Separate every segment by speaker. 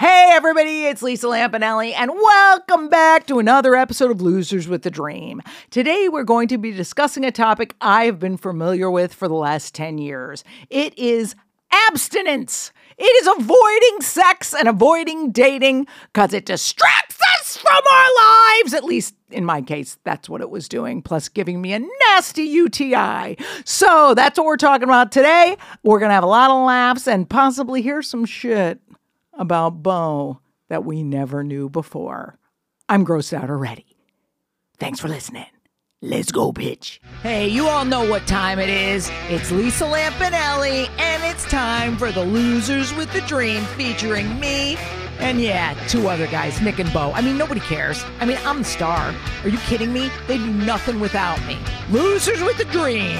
Speaker 1: everybody, it's Lisa Lampanelli, and welcome back to another episode of Losers with a Dream. Today, we're going to be discussing a topic I've been familiar with for the last 10 years. It is abstinence. It is avoiding sex and avoiding dating because it distracts us from our lives. At least in my case, that's what it was doing, plus giving me a nasty UTI. So that's what we're talking about today. We're going to have a lot of laughs and possibly hear some shit about Bo that we never knew before. I'm grossed out already. Thanks for listening. Let's go, bitch. Hey, you all know what time it is. It's Lisa Lampanelli, and it's time for the Losers with the Dream featuring me and, yeah, two other guys, Nick and Bo. I mean, nobody cares. I mean, I'm the star. Are you kidding me? They do nothing without me. Losers with the Dream.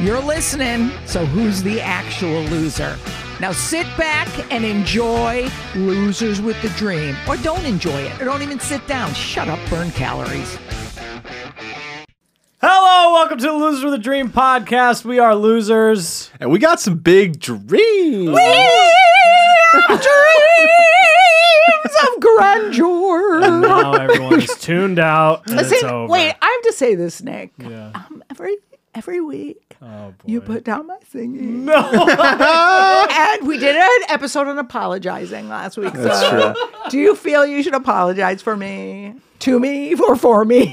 Speaker 1: You're listening, so who's the actual loser? Now sit back and enjoy Losers with the Dream. Or don't enjoy it, or don't even sit down. Shut up, burn calories.
Speaker 2: Hello, welcome to the Losers with a Dream podcast. We are losers.
Speaker 3: And we got some big dreams.
Speaker 1: dreams of grandeur.
Speaker 2: Now everyone is tuned out. And it's
Speaker 1: Listen,
Speaker 2: over.
Speaker 1: wait, I have to say this, Nick.
Speaker 2: Yeah.
Speaker 1: Um, every every week
Speaker 2: Oh, boy.
Speaker 1: you put down my singing. No. and we did an episode on apologizing last week.
Speaker 3: That's
Speaker 1: so
Speaker 3: true.
Speaker 1: do you feel you should apologize for me? To me or for me?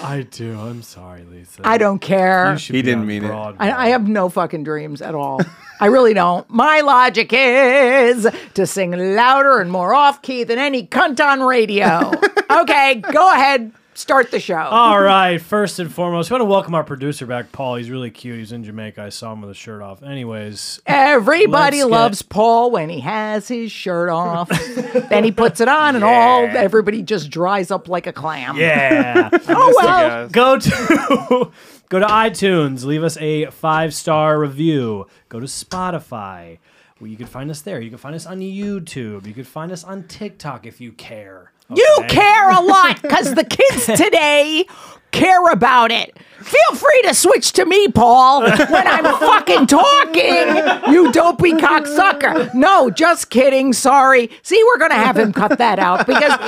Speaker 2: I do. I'm sorry, Lisa.
Speaker 1: I don't care.
Speaker 2: You should
Speaker 3: He
Speaker 2: be
Speaker 3: didn't
Speaker 2: on
Speaker 3: mean it.
Speaker 2: Broadway.
Speaker 1: I, I have no fucking dreams at all. I really don't. My logic is to sing louder and more off key than any cunt on radio. okay, go ahead, start the show.
Speaker 2: All right. First and foremost, we want to welcome our producer back, Paul. He's really cute. He's in Jamaica. I saw him with a shirt off. Anyways,
Speaker 1: Everybody
Speaker 2: let's get-
Speaker 1: loves Paul when he has his shirt off. then he puts it on, and all everybody just dries up like a clam.
Speaker 2: yeah.
Speaker 1: Oh well.
Speaker 2: go to go to iTunes, leave us a five star review. Go to Spotify. Well, you can find us there. You can find us on YouTube. You can find us on TikTok if you care.
Speaker 1: You
Speaker 2: okay?
Speaker 1: care a lot because the kids today care about it. Feel free to switch to me, Paul, when I'm fucking talking, you dopey cocksucker. No, just kidding. Sorry. See, we're going to have him cut that out because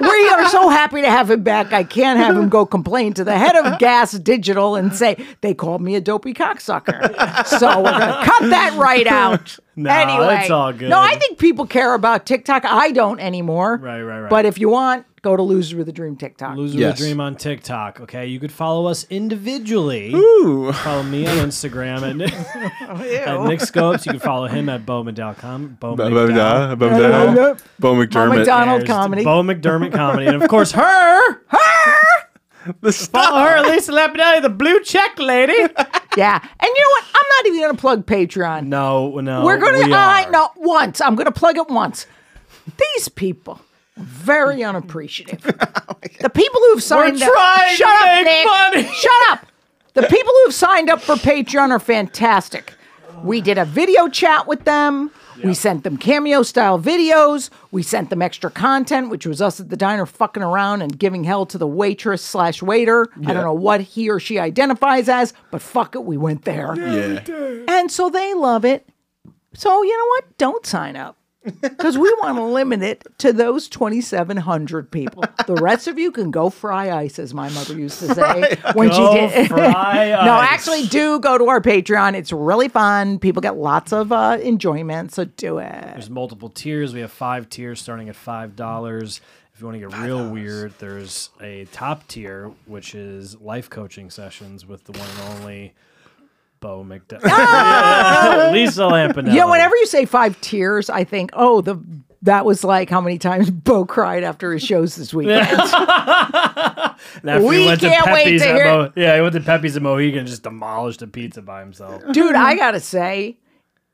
Speaker 1: we are so happy to have him back. I can't have him go complain to the head of Gas Digital and say, they called me a dopey cocksucker. So we're going to cut that right out.
Speaker 2: No,
Speaker 1: anyway,
Speaker 2: it's all good.
Speaker 1: No, I think people care about TikTok. I don't anymore.
Speaker 2: Right, right, right.
Speaker 1: But if you want, go to Losers with a Dream TikTok.
Speaker 2: Loser
Speaker 3: Yes.
Speaker 2: with a Dream on TikTok. Okay, you could follow us individually.
Speaker 3: Ooh.
Speaker 2: Follow me on Instagram at, at Nick Scopes. You can follow him at Bowman.com. Bo
Speaker 3: Bo
Speaker 2: McDowell.
Speaker 3: McDowell. Bo McDowell. Bo McDermott.
Speaker 1: McDonald
Speaker 2: There's
Speaker 1: comedy.
Speaker 2: Bo McDermott comedy. And of course, her.
Speaker 3: The
Speaker 2: Follow
Speaker 3: star.
Speaker 2: her, Lisa Lampanelli, the blue check lady.
Speaker 1: yeah. And you know what? I'm not even going to plug Patreon.
Speaker 2: No, no.
Speaker 1: We're going to,
Speaker 2: we
Speaker 1: I
Speaker 2: are.
Speaker 1: know, once. I'm going to plug it once. These people. are Very unappreciative. the people who've signed up.
Speaker 2: trying to
Speaker 1: shut up,
Speaker 2: make
Speaker 1: Nick.
Speaker 2: money.
Speaker 1: Shut up. The people who've signed up for Patreon are fantastic. We did a video chat with them. We sent them cameo style videos. We sent them extra content, which was us at the diner fucking around and giving hell to the waitress slash waiter. I don't know what he or she identifies as, but fuck it, we went there.
Speaker 3: Yeah.
Speaker 1: And so they love it. So you know what? Don't sign up. Because we want to limit it to those 2,700 people. The rest of you can go fry ice, as my mother used to say when
Speaker 2: Go
Speaker 1: she did.
Speaker 2: fry
Speaker 1: No,
Speaker 2: ice.
Speaker 1: actually, do go to our Patreon. It's really fun. People get lots of uh, enjoyment, so do it.
Speaker 2: There's multiple tiers. We have five tiers starting at five dollars. If you want to get real weird, there's a top tier which is life coaching sessions with the one and only Bo McDowell, Lisa Lampanelli.
Speaker 1: Ah! You know, whenever you say five tiers, I think, oh, the that was like how many times Bo cried after his shows this weekend.
Speaker 2: After he
Speaker 1: we
Speaker 2: went to
Speaker 1: can't wait
Speaker 2: Pepe's
Speaker 1: to
Speaker 2: at
Speaker 1: hear-
Speaker 2: Mo- yeah, he went to Pepe's and Mohegan and just demolished a pizza by himself.
Speaker 1: dude i
Speaker 3: Hmm.
Speaker 1: gotta say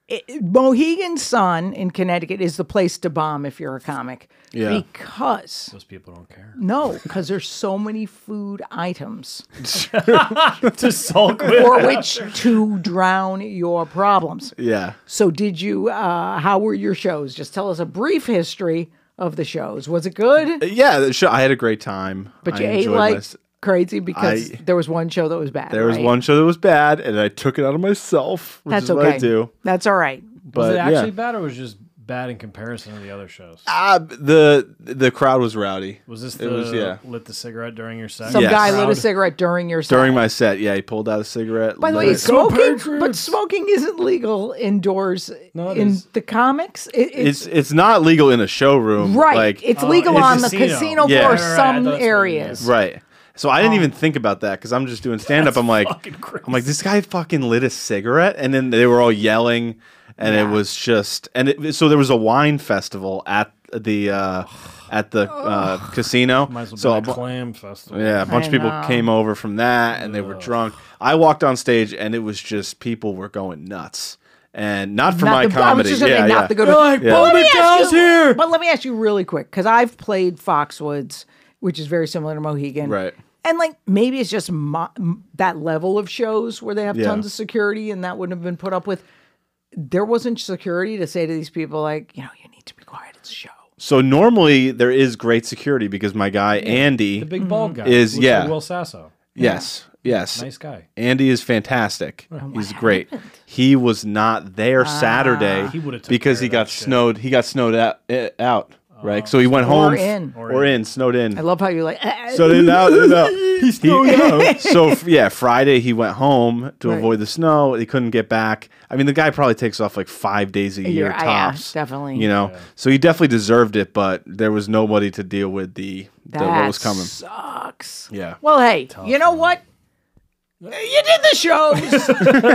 Speaker 1: it, mohegan sun in connecticut is the place to bomb if you're a comic
Speaker 3: Yeah.
Speaker 1: because
Speaker 2: Most people don't care.
Speaker 1: no because there's so many food items
Speaker 2: to sulk with.
Speaker 1: for which to drown your problems
Speaker 3: Yeah.
Speaker 1: so did you uh how were your shows just tell us a brief history of the shows was it good
Speaker 3: Yeah. the show- I had a great time.
Speaker 1: but
Speaker 3: I
Speaker 1: you ate
Speaker 3: enjoyed
Speaker 1: like
Speaker 3: mys-
Speaker 1: crazy because
Speaker 3: I-
Speaker 1: there was one show that was bad
Speaker 3: There was
Speaker 1: right?
Speaker 3: one show that was bad, and I took it out on myself, which
Speaker 1: that's
Speaker 3: is
Speaker 1: okay
Speaker 3: what I do.
Speaker 1: that's all right
Speaker 3: But
Speaker 2: was it
Speaker 3: yeah.
Speaker 2: actually bad or was it just bad in comparison to the other shows?
Speaker 3: Ah, the the crowd was rowdy.
Speaker 2: Was this
Speaker 3: It
Speaker 2: the
Speaker 3: was- yeah.
Speaker 2: lit the cigarette during your sex?
Speaker 1: Some
Speaker 3: Yes.
Speaker 1: guy lit a
Speaker 2: crowd?
Speaker 1: cigarette during your set.
Speaker 3: during my set? Yeah, he pulled out a cigarette.
Speaker 1: By the
Speaker 3: lit
Speaker 1: way,
Speaker 3: it.
Speaker 2: Go
Speaker 1: smoking, but
Speaker 2: Patriots!
Speaker 1: smoking isn't legal indoors
Speaker 2: No, it
Speaker 1: in
Speaker 2: is.
Speaker 1: the comics. It,
Speaker 3: it's it's not legal in a showroom,
Speaker 1: right.
Speaker 3: Like
Speaker 1: it's
Speaker 2: Oh,
Speaker 1: legal
Speaker 2: it's
Speaker 1: on
Speaker 2: a
Speaker 1: the casino,
Speaker 2: casino.
Speaker 3: Yeah.
Speaker 1: for
Speaker 3: Right, right,
Speaker 2: right,
Speaker 1: some
Speaker 2: that's what it
Speaker 1: areas.
Speaker 2: is.
Speaker 3: right. So I didn't even think about that because I'm just doing stand up. I'm like,
Speaker 2: Um, fucking crazy.
Speaker 3: I'm like, this guy fucking lit a cigarette, and then they were all yelling, and it was just, and it, so there was a wine festival at the uh, at the uh, casino.
Speaker 2: Might as well
Speaker 3: so
Speaker 2: be
Speaker 3: a
Speaker 2: a
Speaker 3: bu-
Speaker 2: clam festival.
Speaker 3: yeah, a bunch
Speaker 1: I
Speaker 3: of people
Speaker 1: know.
Speaker 3: came over from that, and they were drunk. I walked on stage, and it was just people were going nuts, and not for
Speaker 1: Not the- I
Speaker 3: my
Speaker 1: was
Speaker 3: comedy.
Speaker 1: just gonna say
Speaker 3: yeah,
Speaker 1: not
Speaker 3: yeah.
Speaker 1: the good
Speaker 2: They're
Speaker 1: one.
Speaker 2: like,
Speaker 1: But
Speaker 2: Bowman
Speaker 1: let me ask
Speaker 2: Dow's
Speaker 1: you-
Speaker 2: here!
Speaker 1: But let me ask you really quick, because I've played Foxwoods, which is very similar to Mohegan.
Speaker 3: Right.
Speaker 1: And like maybe it's just mo- m- that level of shows where they have
Speaker 3: Yeah.
Speaker 1: tons of security, and that wouldn't have been put up with. There wasn't security to say to these people, like, you know, you need to be quiet. It's a show.
Speaker 3: So normally there is great security because my guy Andy,
Speaker 2: The big bald guy
Speaker 3: Is-
Speaker 2: looks like
Speaker 3: yeah.
Speaker 2: Will Sasso,
Speaker 3: yes, yes,
Speaker 2: nice guy.
Speaker 3: Andy is fantastic. He's great. He was not there Saturday
Speaker 2: He would've took
Speaker 3: because
Speaker 2: care
Speaker 3: he
Speaker 2: of
Speaker 3: got
Speaker 2: that shit.
Speaker 3: snowed. He got snowed out, eh, out right? So he went home
Speaker 1: in.
Speaker 3: or, in, snowed in.
Speaker 1: I love how you're like. "Eh, eh,
Speaker 3: so then out, then out. He snowed out. So f- yeah, Friday he went home to
Speaker 1: Right.
Speaker 3: avoid the snow. He couldn't get back. I mean, the guy probably takes off like five days a year
Speaker 1: yeah,
Speaker 3: tops.
Speaker 1: definitely.
Speaker 3: You know, so he definitely deserved it, but there was nobody to deal with the, the
Speaker 1: that
Speaker 3: what was coming.
Speaker 1: sucks.
Speaker 3: Yeah.
Speaker 1: Well, hey, you know what? You did the shows.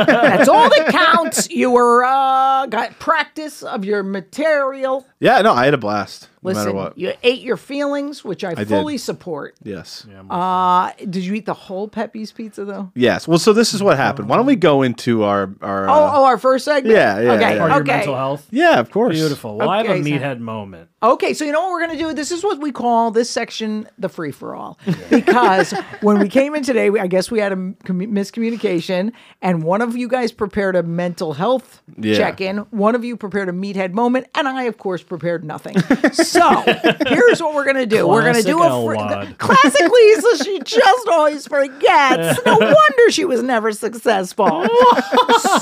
Speaker 1: That's all that counts. You were uh, got practice of your material.
Speaker 3: Yeah, no, I had a blast. No
Speaker 1: Listen,
Speaker 3: matter what.
Speaker 1: you ate your feelings, which I, fully support.
Speaker 3: Yes.
Speaker 1: Uh, did you eat the whole Pepe's pizza though?
Speaker 3: Yes. Well, so this is what happened. Why don't we go into our our?
Speaker 1: Oh,
Speaker 3: uh,
Speaker 1: oh, our first segment.
Speaker 3: yeah, yeah,
Speaker 1: Okay,
Speaker 3: yeah.
Speaker 2: Part of
Speaker 1: okay.
Speaker 2: your mental health.
Speaker 3: yeah, of course.
Speaker 2: Beautiful. Well, I have a
Speaker 1: Okay, so-
Speaker 2: meathead moment.
Speaker 1: Okay, so you know what we're going to do? This is what we call this section the free for all. Because when we came in today, we, I guess we had a m- commu- miscommunication, and one of you guys prepared a mental health
Speaker 3: Yeah.
Speaker 1: check in, one of you prepared a meathead moment, and I, of course, prepared nothing. so here's what we're going to do we're going to do a
Speaker 2: Classic
Speaker 1: free.
Speaker 2: Elwod.
Speaker 1: Classic Lisa, she just always forgets. No wonder she was never successful.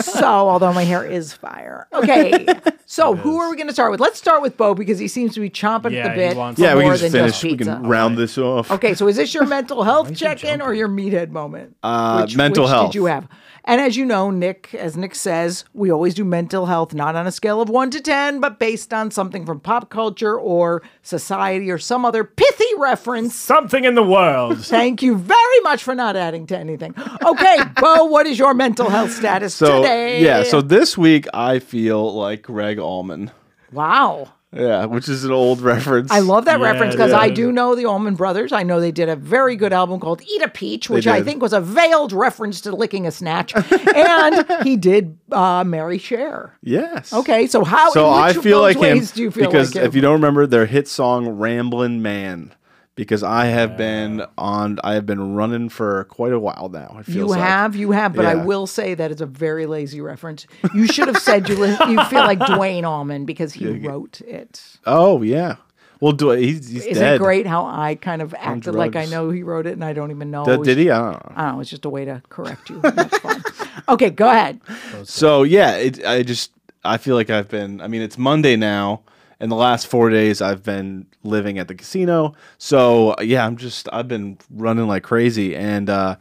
Speaker 1: so, although my hair is fire. Okay. So, who are we going to start with? Let's start with Bo because he seems to be chomping
Speaker 2: Yeah,
Speaker 1: at the
Speaker 2: he
Speaker 1: bit.
Speaker 2: wants-
Speaker 1: for
Speaker 3: Yeah, we
Speaker 1: more
Speaker 3: can just
Speaker 1: than
Speaker 3: finish.
Speaker 1: just
Speaker 3: we
Speaker 1: pizza.
Speaker 3: can round this off.
Speaker 1: Okay, so is this your mental health check-in or your meathead moment? Uh,
Speaker 3: mental
Speaker 1: which
Speaker 3: health.
Speaker 1: Did you have? And as you know, Nick, as Nick says, we always do mental health not on a scale of one to ten, but based on something from pop culture or society or some other pithy reference.
Speaker 2: Something in the world.
Speaker 1: Thank you very much for not adding to anything. Okay, Bo, what is your mental health status
Speaker 3: So
Speaker 1: today?
Speaker 3: yeah, so this week I feel like Greg Allman.
Speaker 1: wow.
Speaker 3: Yeah, which is an old reference.
Speaker 1: I love that
Speaker 2: Yeah,
Speaker 1: reference because
Speaker 2: yeah.
Speaker 1: I do know the Allman Brothers. I know they did a very good album called Eat a Peach, which I
Speaker 3: did.
Speaker 1: think was a veiled reference to licking a snatch. and he did uh, Mary Cher.
Speaker 3: Yes.
Speaker 1: Okay, so how?
Speaker 3: So
Speaker 1: in
Speaker 3: I
Speaker 1: which of
Speaker 3: feel
Speaker 1: those
Speaker 3: like him
Speaker 1: ways do you feel
Speaker 3: because
Speaker 1: like him?
Speaker 3: if you don't remember their hit song "Ramblin' Man," because I have been on, I have been running for quite a while now. It feels
Speaker 1: You
Speaker 3: like.
Speaker 1: have, you have, but I
Speaker 3: Yeah.
Speaker 1: will say that it's a very lazy reference. You should have said you, li- you feel like Dwayne Allman because he wrote it.
Speaker 3: Oh yeah. Well, do he's, he's
Speaker 1: Isn't
Speaker 3: dead.
Speaker 1: it great how I kind of acted like I
Speaker 3: drugs.
Speaker 1: know he wrote it and I don't even know?
Speaker 3: Uh,
Speaker 1: It was-
Speaker 3: did he? I don't know.
Speaker 1: I don't know. It's just a way to correct you. That's fine. Okay, go ahead.
Speaker 3: So yeah, it, I just I feel like I've been. I mean, it's Monday now, and the last four days I've been living at the casino. So yeah, I'm just I've been running like crazy, and uh,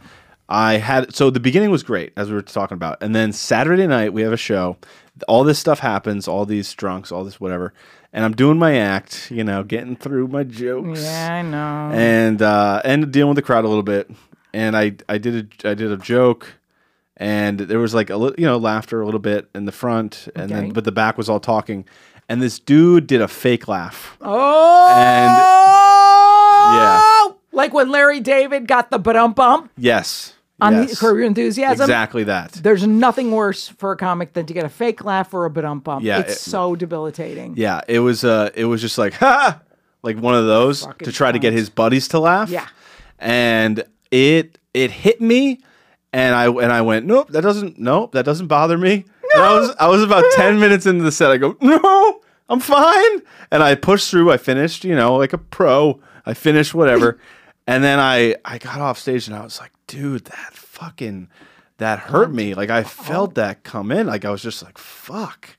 Speaker 3: I had so the beginning was great as we were talking about, and then Saturday night we have a show. All this stuff happens, all these drunks, all this whatever, and I'm doing my act, you know, getting through my jokes
Speaker 1: Yeah, I know.
Speaker 3: and uh, and dealing with the crowd a little bit. And I I did a I did a joke, and there was like a little you know laughter a little bit in the front, and
Speaker 1: Okay.
Speaker 3: then but the back was all talking, and this dude did a fake laugh.
Speaker 1: Oh,
Speaker 3: And
Speaker 1: like when Larry David got the bump bump
Speaker 3: yes,
Speaker 1: on the
Speaker 3: yes,
Speaker 1: Curb Your Enthusiasm.
Speaker 3: exactly that.
Speaker 1: There's nothing worse for a comic than to get a fake laugh or a bump bump.
Speaker 3: Yeah,
Speaker 1: it's
Speaker 3: it-
Speaker 1: so debilitating.
Speaker 3: Yeah, it was uh it was just like ha like one of those to try to get his buddies to laugh.
Speaker 1: Yeah.
Speaker 3: And it it hit me and I and I went, Nope, that doesn't nope, that doesn't bother me. And I was I was about ten minutes into the set, I go, No, I'm fine. And I pushed through, I finished, you know, like a pro. I finished whatever. and then I I got off stage and I was like, dude, that fucking that hurt me. Like I felt that come in. Like I was just like, fuck.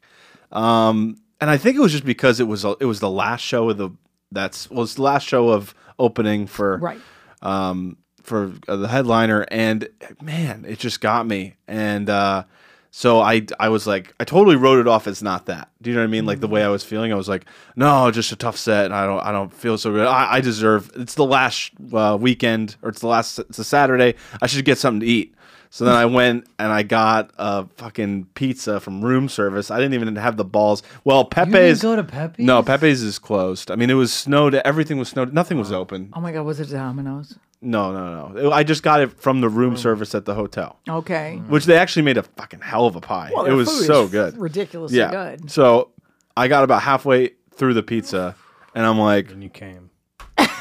Speaker 3: Um, and and I think it was just because it was it was the last show of the that's well, it's the last show of opening for
Speaker 1: Right.
Speaker 3: um, for uh, the headliner, and man, it just got me. And uh, so I, I was like, I totally wrote it off as not that. Do you know what I mean? Like the
Speaker 2: Mm-hmm.
Speaker 3: way I was feeling, I was like, no, just a tough set, and I don't, I don't feel so good. I, I deserve. It's the last uh, weekend, or it's the last. It's a Saturday. I should get something to eat. So then I went and I got a fucking pizza from room service. I didn't even have the balls. Well, Pepe's
Speaker 2: go to Pepe's?
Speaker 3: No, Pepe's is closed. I mean, it was snowed. Everything was snowed. Nothing was open.
Speaker 1: Oh my God, was it Domino's?
Speaker 3: No, no, no. It- I just got it from the room service at the hotel,
Speaker 1: Okay.
Speaker 3: which they actually made a fucking hell of a pie.
Speaker 1: Oh. Well,
Speaker 3: Mm. it
Speaker 1: their
Speaker 3: was
Speaker 1: food is
Speaker 3: so
Speaker 1: f-
Speaker 3: good.
Speaker 1: Ridiculously
Speaker 3: Yeah.
Speaker 1: good.
Speaker 3: So I got about halfway through the pizza and I'm like,
Speaker 2: and you came.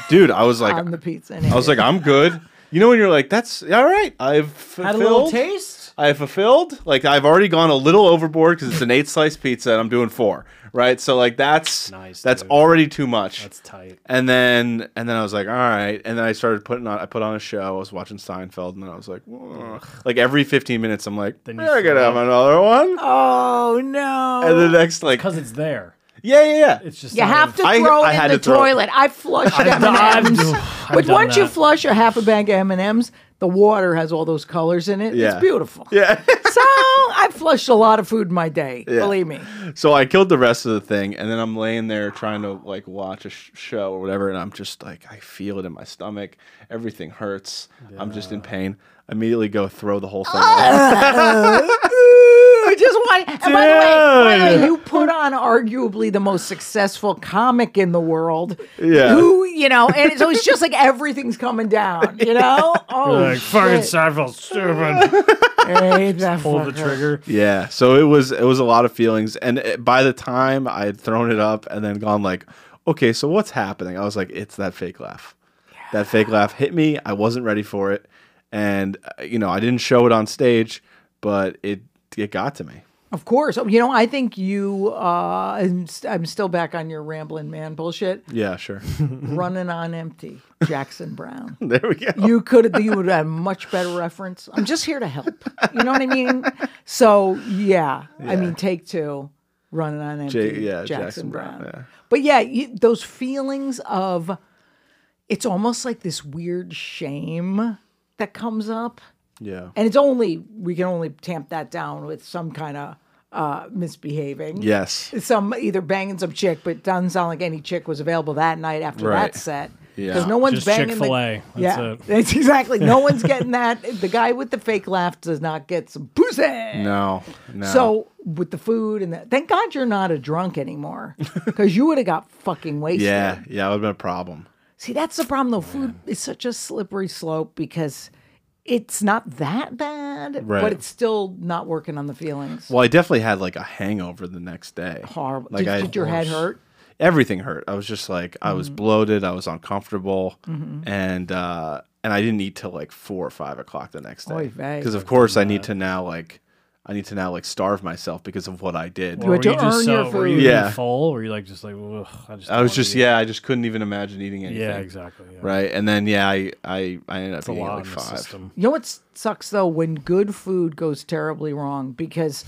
Speaker 3: dude, I was like,
Speaker 1: I'm the pizza. And
Speaker 3: I was like, I'm good. You know, when you're like, that's all right. I've fulfilled.
Speaker 2: Had a little taste.
Speaker 3: I have fulfilled. Like I've already gone a little overboard because it's an eight slice pizza and I'm doing four. Right. So like that's
Speaker 2: Nice,
Speaker 3: That's
Speaker 2: dude.
Speaker 3: already too much.
Speaker 2: That's tight.
Speaker 3: And then and then I was like, all right. And then I started putting on I put on a show. I was watching Seinfeld, and then I was like, "Ugh." like every 15 minutes, I'm like,
Speaker 2: Then you
Speaker 3: I gotta
Speaker 2: throw
Speaker 3: have another one.
Speaker 1: oh no.
Speaker 3: And the next like,
Speaker 2: Because it's there.
Speaker 3: yeah, yeah, yeah.
Speaker 2: It's just
Speaker 1: You
Speaker 2: not
Speaker 1: have to
Speaker 2: even-
Speaker 1: throw
Speaker 3: I-
Speaker 1: it
Speaker 3: I
Speaker 1: in
Speaker 3: had
Speaker 1: the
Speaker 3: to throw it.
Speaker 1: toilet. I flushed M
Speaker 2: I've-
Speaker 1: and M's.
Speaker 2: I've
Speaker 1: But
Speaker 2: done
Speaker 1: once you
Speaker 2: that.
Speaker 1: flush a half a bag of M and M's, the water has all those colors in it.
Speaker 3: Yeah.
Speaker 1: It's beautiful.
Speaker 3: Yeah.
Speaker 1: so I flushed a lot of food in my day. Believe me.
Speaker 3: so I killed the rest of the thing, and then I'm laying there trying to like watch a sh- show or whatever, and I'm just like, I feel it in my stomach. Everything hurts. I'm just in pain. Immediately go throw the whole thing. away.
Speaker 1: I just want. And by the way, by the way, you put on arguably the most successful comic in the world.
Speaker 3: Yeah.
Speaker 1: Who you know, and so it's just like everything's coming down. You know. Oh,
Speaker 2: like fucking
Speaker 1: shit.
Speaker 2: Seinfeld, stupid.
Speaker 1: I hate that
Speaker 2: Pull the
Speaker 1: fucker.
Speaker 2: trigger.
Speaker 3: Yeah, so it was it was a lot of feelings, and it- by the time I had thrown it up and then gone like, okay, so what's happening? I was like, it's that fake laugh. That fake laugh hit me. I wasn't ready for it, and uh, you know I didn't show it on stage, but it it got to me.
Speaker 1: Of course. Oh, You know, I think you. Uh, I'm, st- I'm still back on your rambling man bullshit.
Speaker 3: Yeah, sure.
Speaker 2: Mm-hmm.
Speaker 1: Running on empty, Jackson Brown.
Speaker 3: there we go.
Speaker 1: You could have. You would have had much better reference. I'm just here to help. You know what I mean? So yeah, I mean, take two. Running on empty,
Speaker 3: J- yeah,
Speaker 1: Jackson,
Speaker 3: Jackson
Speaker 1: Brown.
Speaker 3: Brown, yeah.
Speaker 1: But yeah, you, those feelings of it's almost like this weird shame that comes up
Speaker 3: Yeah.
Speaker 1: and it's only we can only tamp that down with some kind of uh, misbehaving.
Speaker 3: Yes.
Speaker 1: Some either banging some chick, but doesn't sound like any chick was available that night after
Speaker 3: Right.
Speaker 1: that set.
Speaker 3: Yeah.
Speaker 1: Because no one's
Speaker 2: Just
Speaker 1: banging
Speaker 2: Chick-fil-A.
Speaker 1: The,
Speaker 2: That's
Speaker 1: yeah,
Speaker 2: it.
Speaker 1: that's exactly. No one's getting that. The guy with the fake laugh does not get some pussy.
Speaker 3: No. No.
Speaker 1: So with the food and that, thank God you're not a drunk anymore, because you would have got fucking wasted.
Speaker 3: yeah, yeah, it would have been a problem.
Speaker 1: See, that's the problem though. Food is such a slippery slope because it's not that bad,
Speaker 3: Right.
Speaker 1: but it's still not working on the feelings.
Speaker 3: Well, I definitely had like a hangover the next day.
Speaker 1: Horrible.
Speaker 3: Like
Speaker 1: did,
Speaker 3: I-
Speaker 1: did your head hurt?
Speaker 3: everything hurt. I was just like I
Speaker 1: Mm-hmm.
Speaker 3: was bloated, I was uncomfortable, and uh, and I didn't eat till like four or five o'clock the next
Speaker 1: Oy
Speaker 3: day
Speaker 1: vey.
Speaker 3: because of course I need to now like I need to now like starve myself because of what I did.
Speaker 1: had to earn your
Speaker 2: Were you
Speaker 1: food.
Speaker 3: Yeah.
Speaker 2: full? Were you like just like? Ugh, I just.
Speaker 3: I was
Speaker 2: don't
Speaker 3: just
Speaker 2: wanna
Speaker 3: yeah, I just couldn't even imagine eating
Speaker 2: eat."
Speaker 3: anything.
Speaker 2: Yeah. Exactly. Yeah.
Speaker 3: Right, and then yeah, I I, I ended up
Speaker 2: A
Speaker 3: eating at,
Speaker 2: lot
Speaker 3: like
Speaker 2: in the
Speaker 3: five.
Speaker 2: system.
Speaker 1: You know what s- sucks though when good food goes terribly wrong because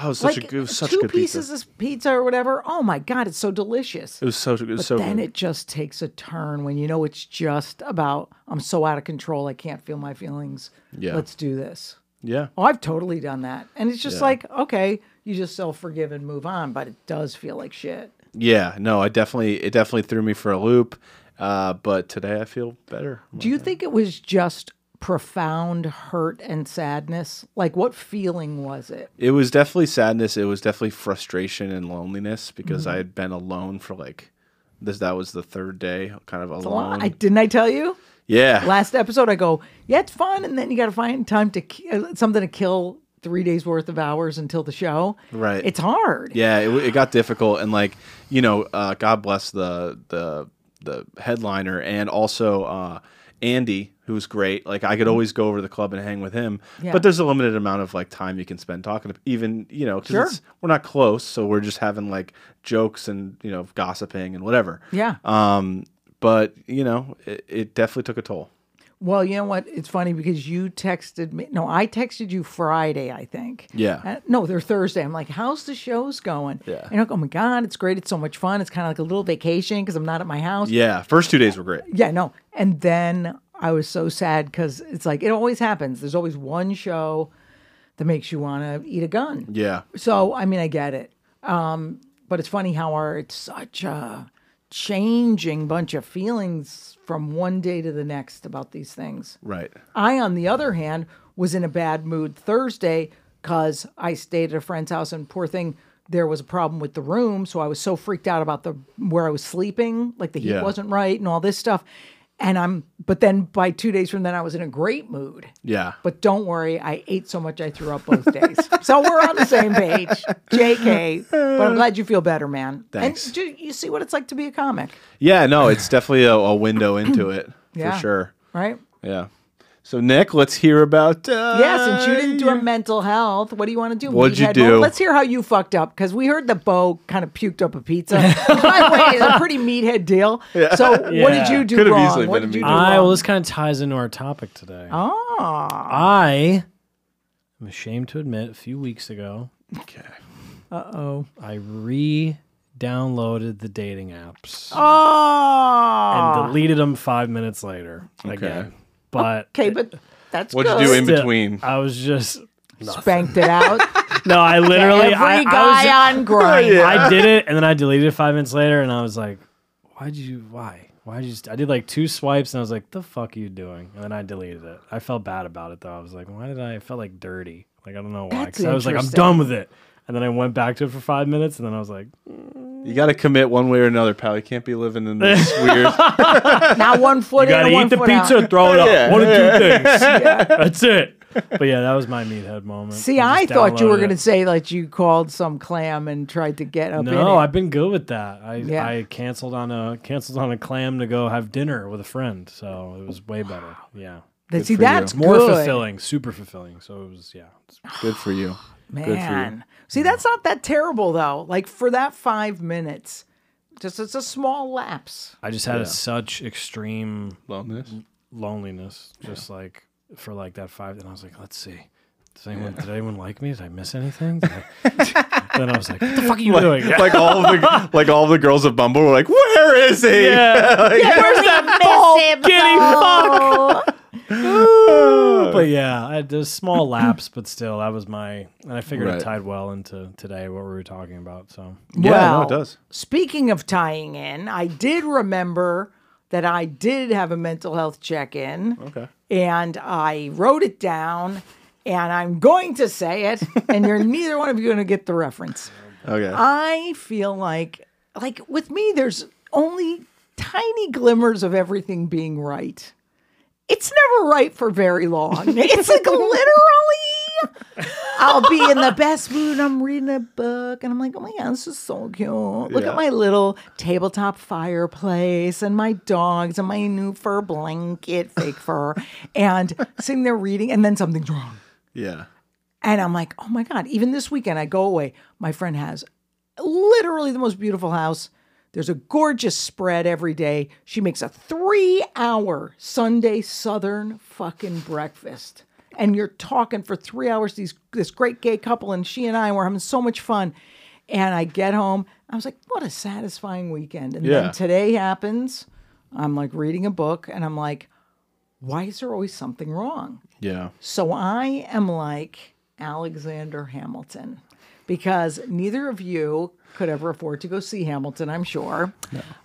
Speaker 3: Oh, it was
Speaker 1: like
Speaker 3: such
Speaker 1: uh,
Speaker 3: a good, it was such
Speaker 1: two
Speaker 3: good
Speaker 1: pieces
Speaker 3: pizza.
Speaker 1: of pizza or whatever. Oh my god, it's so delicious.
Speaker 3: It was so it was so
Speaker 1: then
Speaker 3: good.
Speaker 1: it just takes a turn when you know it's just about I'm so out of control, I can't feel my feelings.
Speaker 3: Yeah.
Speaker 1: Let's do this.
Speaker 3: yeah,
Speaker 1: Oh, I've totally done that. And it's just like, okay, you just self forgive and move on, but it does feel like shit.
Speaker 3: yeah. No, I definitely it definitely threw me for a loop. Uh, but today I feel better.
Speaker 1: Do you think it was just profound hurt and sadness? Like, what feeling was it?
Speaker 3: It was definitely sadness. It was definitely frustration and loneliness because
Speaker 1: Mm-hmm.
Speaker 3: I had been alone for like this. That was the third day, kind of
Speaker 1: Well,
Speaker 3: alone.
Speaker 1: I, didn't I tell you?
Speaker 3: yeah,
Speaker 1: Last episode, I go, yeah, it's fun. And then you got to find time to ki- uh, something to kill three days worth of hours until the show.
Speaker 3: Right.
Speaker 1: It's hard.
Speaker 3: yeah. It, w- it got difficult, and like you know, uh, God bless the the the headliner and also uh, Andy, who's great. Like I could always go over to the club and hang with him,
Speaker 1: Mm-hmm. Yeah.
Speaker 3: but there's a limited amount of like time you can spend talking. to Even you know, 'cause
Speaker 1: Sure.
Speaker 3: it's- we're not close, so we're just having like jokes and you know, gossiping and whatever.
Speaker 1: Yeah.
Speaker 3: Um, but you know, it, it definitely took a toll.
Speaker 1: Well, you know what? It's funny because you texted me. No, I texted you Friday, I think.
Speaker 3: Yeah.
Speaker 1: Uh, no, they're Thursday. I'm like, how's the shows going?
Speaker 3: Yeah.
Speaker 1: And I'm like, oh my God, it's great. It's so much fun. It's kind of like a little vacation because I'm not at my house.
Speaker 3: Yeah, first two days were great.
Speaker 1: Yeah, no. And then I was so sad because it's like it always happens. There's always one show that makes you want to eat a gun.
Speaker 3: Yeah,
Speaker 1: So I mean, I get it. Um, but it's funny how our it's such a changing bunch of feelings from one day to the next about these things.
Speaker 3: right.
Speaker 1: I, on the other hand, was in a bad mood Thursday because I stayed at a friend's house and poor thing, there was a problem with the room. So I was so freaked out about the where I was sleeping, like the heat
Speaker 3: Yeah.
Speaker 1: wasn't right and all this stuff. And I'm, but then by two days from then, I was in a great mood.
Speaker 3: Yeah.
Speaker 1: But don't worry, I ate so much I threw up both days. so we're on the same page, JK. But I'm glad you feel better, man.
Speaker 3: Thanks.
Speaker 1: And do you see what it's like to be a comic,
Speaker 3: Yeah, no, it's definitely a, a window into it
Speaker 1: Yeah.
Speaker 3: for sure.
Speaker 1: right?
Speaker 3: Yeah. So Nick, let's hear about. Uh,
Speaker 1: Yeah, since you didn't do a mental health, what do you want to do?
Speaker 3: What'd you
Speaker 1: meathead?
Speaker 3: do?
Speaker 1: Well, let's hear how you fucked up because we heard that Bo kind of puked up a pizza. By the way, it's a pretty meathead deal. So what did
Speaker 2: Yeah.
Speaker 1: you do
Speaker 3: Could've
Speaker 1: wrong?
Speaker 3: easily
Speaker 1: what
Speaker 3: been
Speaker 1: did
Speaker 3: a
Speaker 1: you do
Speaker 2: I
Speaker 1: wrong?
Speaker 2: well, this kind of ties into our topic today.
Speaker 1: Ah,
Speaker 2: I am ashamed to admit, a few weeks ago,
Speaker 3: Okay.
Speaker 1: uh-oh.
Speaker 2: I re-downloaded the dating apps
Speaker 1: Oh.
Speaker 2: and deleted them five minutes later again. But
Speaker 1: okay, but that's
Speaker 3: What'd
Speaker 1: good.
Speaker 3: you do in
Speaker 2: still,
Speaker 3: between?
Speaker 2: I was just
Speaker 1: Spanked it out.
Speaker 2: no. I literally,
Speaker 1: Every
Speaker 2: I,
Speaker 1: guy
Speaker 2: I,
Speaker 1: on grind.
Speaker 2: was, I did it, and then I deleted it five minutes later, and I was like, "Why'd you? Why? Why'd you?" st-" I did like two swipes, and I was like, "The fuck are you doing?" And then I deleted it. I felt bad about it though. I was like, "Why did I?" I felt like dirty. Like I don't know why.
Speaker 1: That's
Speaker 2: 'cause I was like, "I'm
Speaker 1: interesting.
Speaker 2: done with it," and then I went back to it for five minutes, and then I was like,
Speaker 3: You got to commit one way or another, pal. You can't be living in this weird.
Speaker 1: Not one foot in,
Speaker 2: "Gotta
Speaker 1: and one
Speaker 2: eat the
Speaker 1: foot
Speaker 2: pizza
Speaker 1: out.
Speaker 2: and throw it up.
Speaker 3: Yeah,
Speaker 2: One of two things. That's it." But yeah, that was my meathead moment.
Speaker 1: See, I thought you were going to say like you called some clam and tried to get up in it.
Speaker 2: No, I've been good with that. I
Speaker 1: Yeah.
Speaker 2: I canceled on a canceled on a clam to go have dinner with a friend, so it was way better. Yeah,
Speaker 1: That- See,
Speaker 3: for you.
Speaker 1: that's
Speaker 2: more
Speaker 1: good.
Speaker 2: fulfilling, super fulfilling. So it was yeah. It's-
Speaker 3: Good for you. Good for you. Mm.
Speaker 1: Man. See, that's not that terrible though. Like for that five minutes, just it's a small lapse.
Speaker 2: I just had a, such extreme
Speaker 3: Loneliness.
Speaker 2: loneliness, just like for like that five. And I was like, let's see. Does anyone, Did anyone like me? Did I miss anything? Did I- then I was like, "What the fuck are you doing?"
Speaker 3: Like all of the like all the girls of Bumble were like, "Where is he?"
Speaker 2: yeah,
Speaker 1: Where's that ball?
Speaker 2: Giddy
Speaker 1: Oh.
Speaker 2: but yeah, I, there's small lapse, but still, that was my. And I figured
Speaker 3: Right.
Speaker 2: it tied well into today what we were talking about. So
Speaker 3: Yeah,
Speaker 1: well,
Speaker 3: no, it does.
Speaker 1: Speaking of tying in, I did remember that I did have a mental health check in.
Speaker 3: Okay.
Speaker 1: And I wrote it down and I'm going to say it. and you're neither one of you going to get the reference.
Speaker 3: Okay.
Speaker 2: Uh,
Speaker 1: I feel like, like with me, there's only tiny glimmers of everything being right. It's never right for very long. It's like literally, I'll be in the best mood. I'm reading a book and I'm like, oh my God, this is so cute. Look
Speaker 3: Yeah.
Speaker 1: at my little tabletop fireplace and my dogs and my new fur blanket, fake fur, and sitting there reading, and then something's wrong.
Speaker 3: yeah.
Speaker 1: And I'm like, oh my God, even this weekend, I go away. My friend has literally the most beautiful house. There's a gorgeous spread every day. She makes a three hour Sunday Southern fucking breakfast. And you're talking for three hours, these, this great gay couple, and she and I were having so much fun. And I get home. I was like, what a satisfying weekend. And
Speaker 3: Yeah.
Speaker 1: then today happens. I'm like reading a book, and I'm like, why is there always something wrong?
Speaker 3: Yeah.
Speaker 1: So I am like Alexander Hamilton because neither of you could ever afford to go see Hamilton, I'm sure.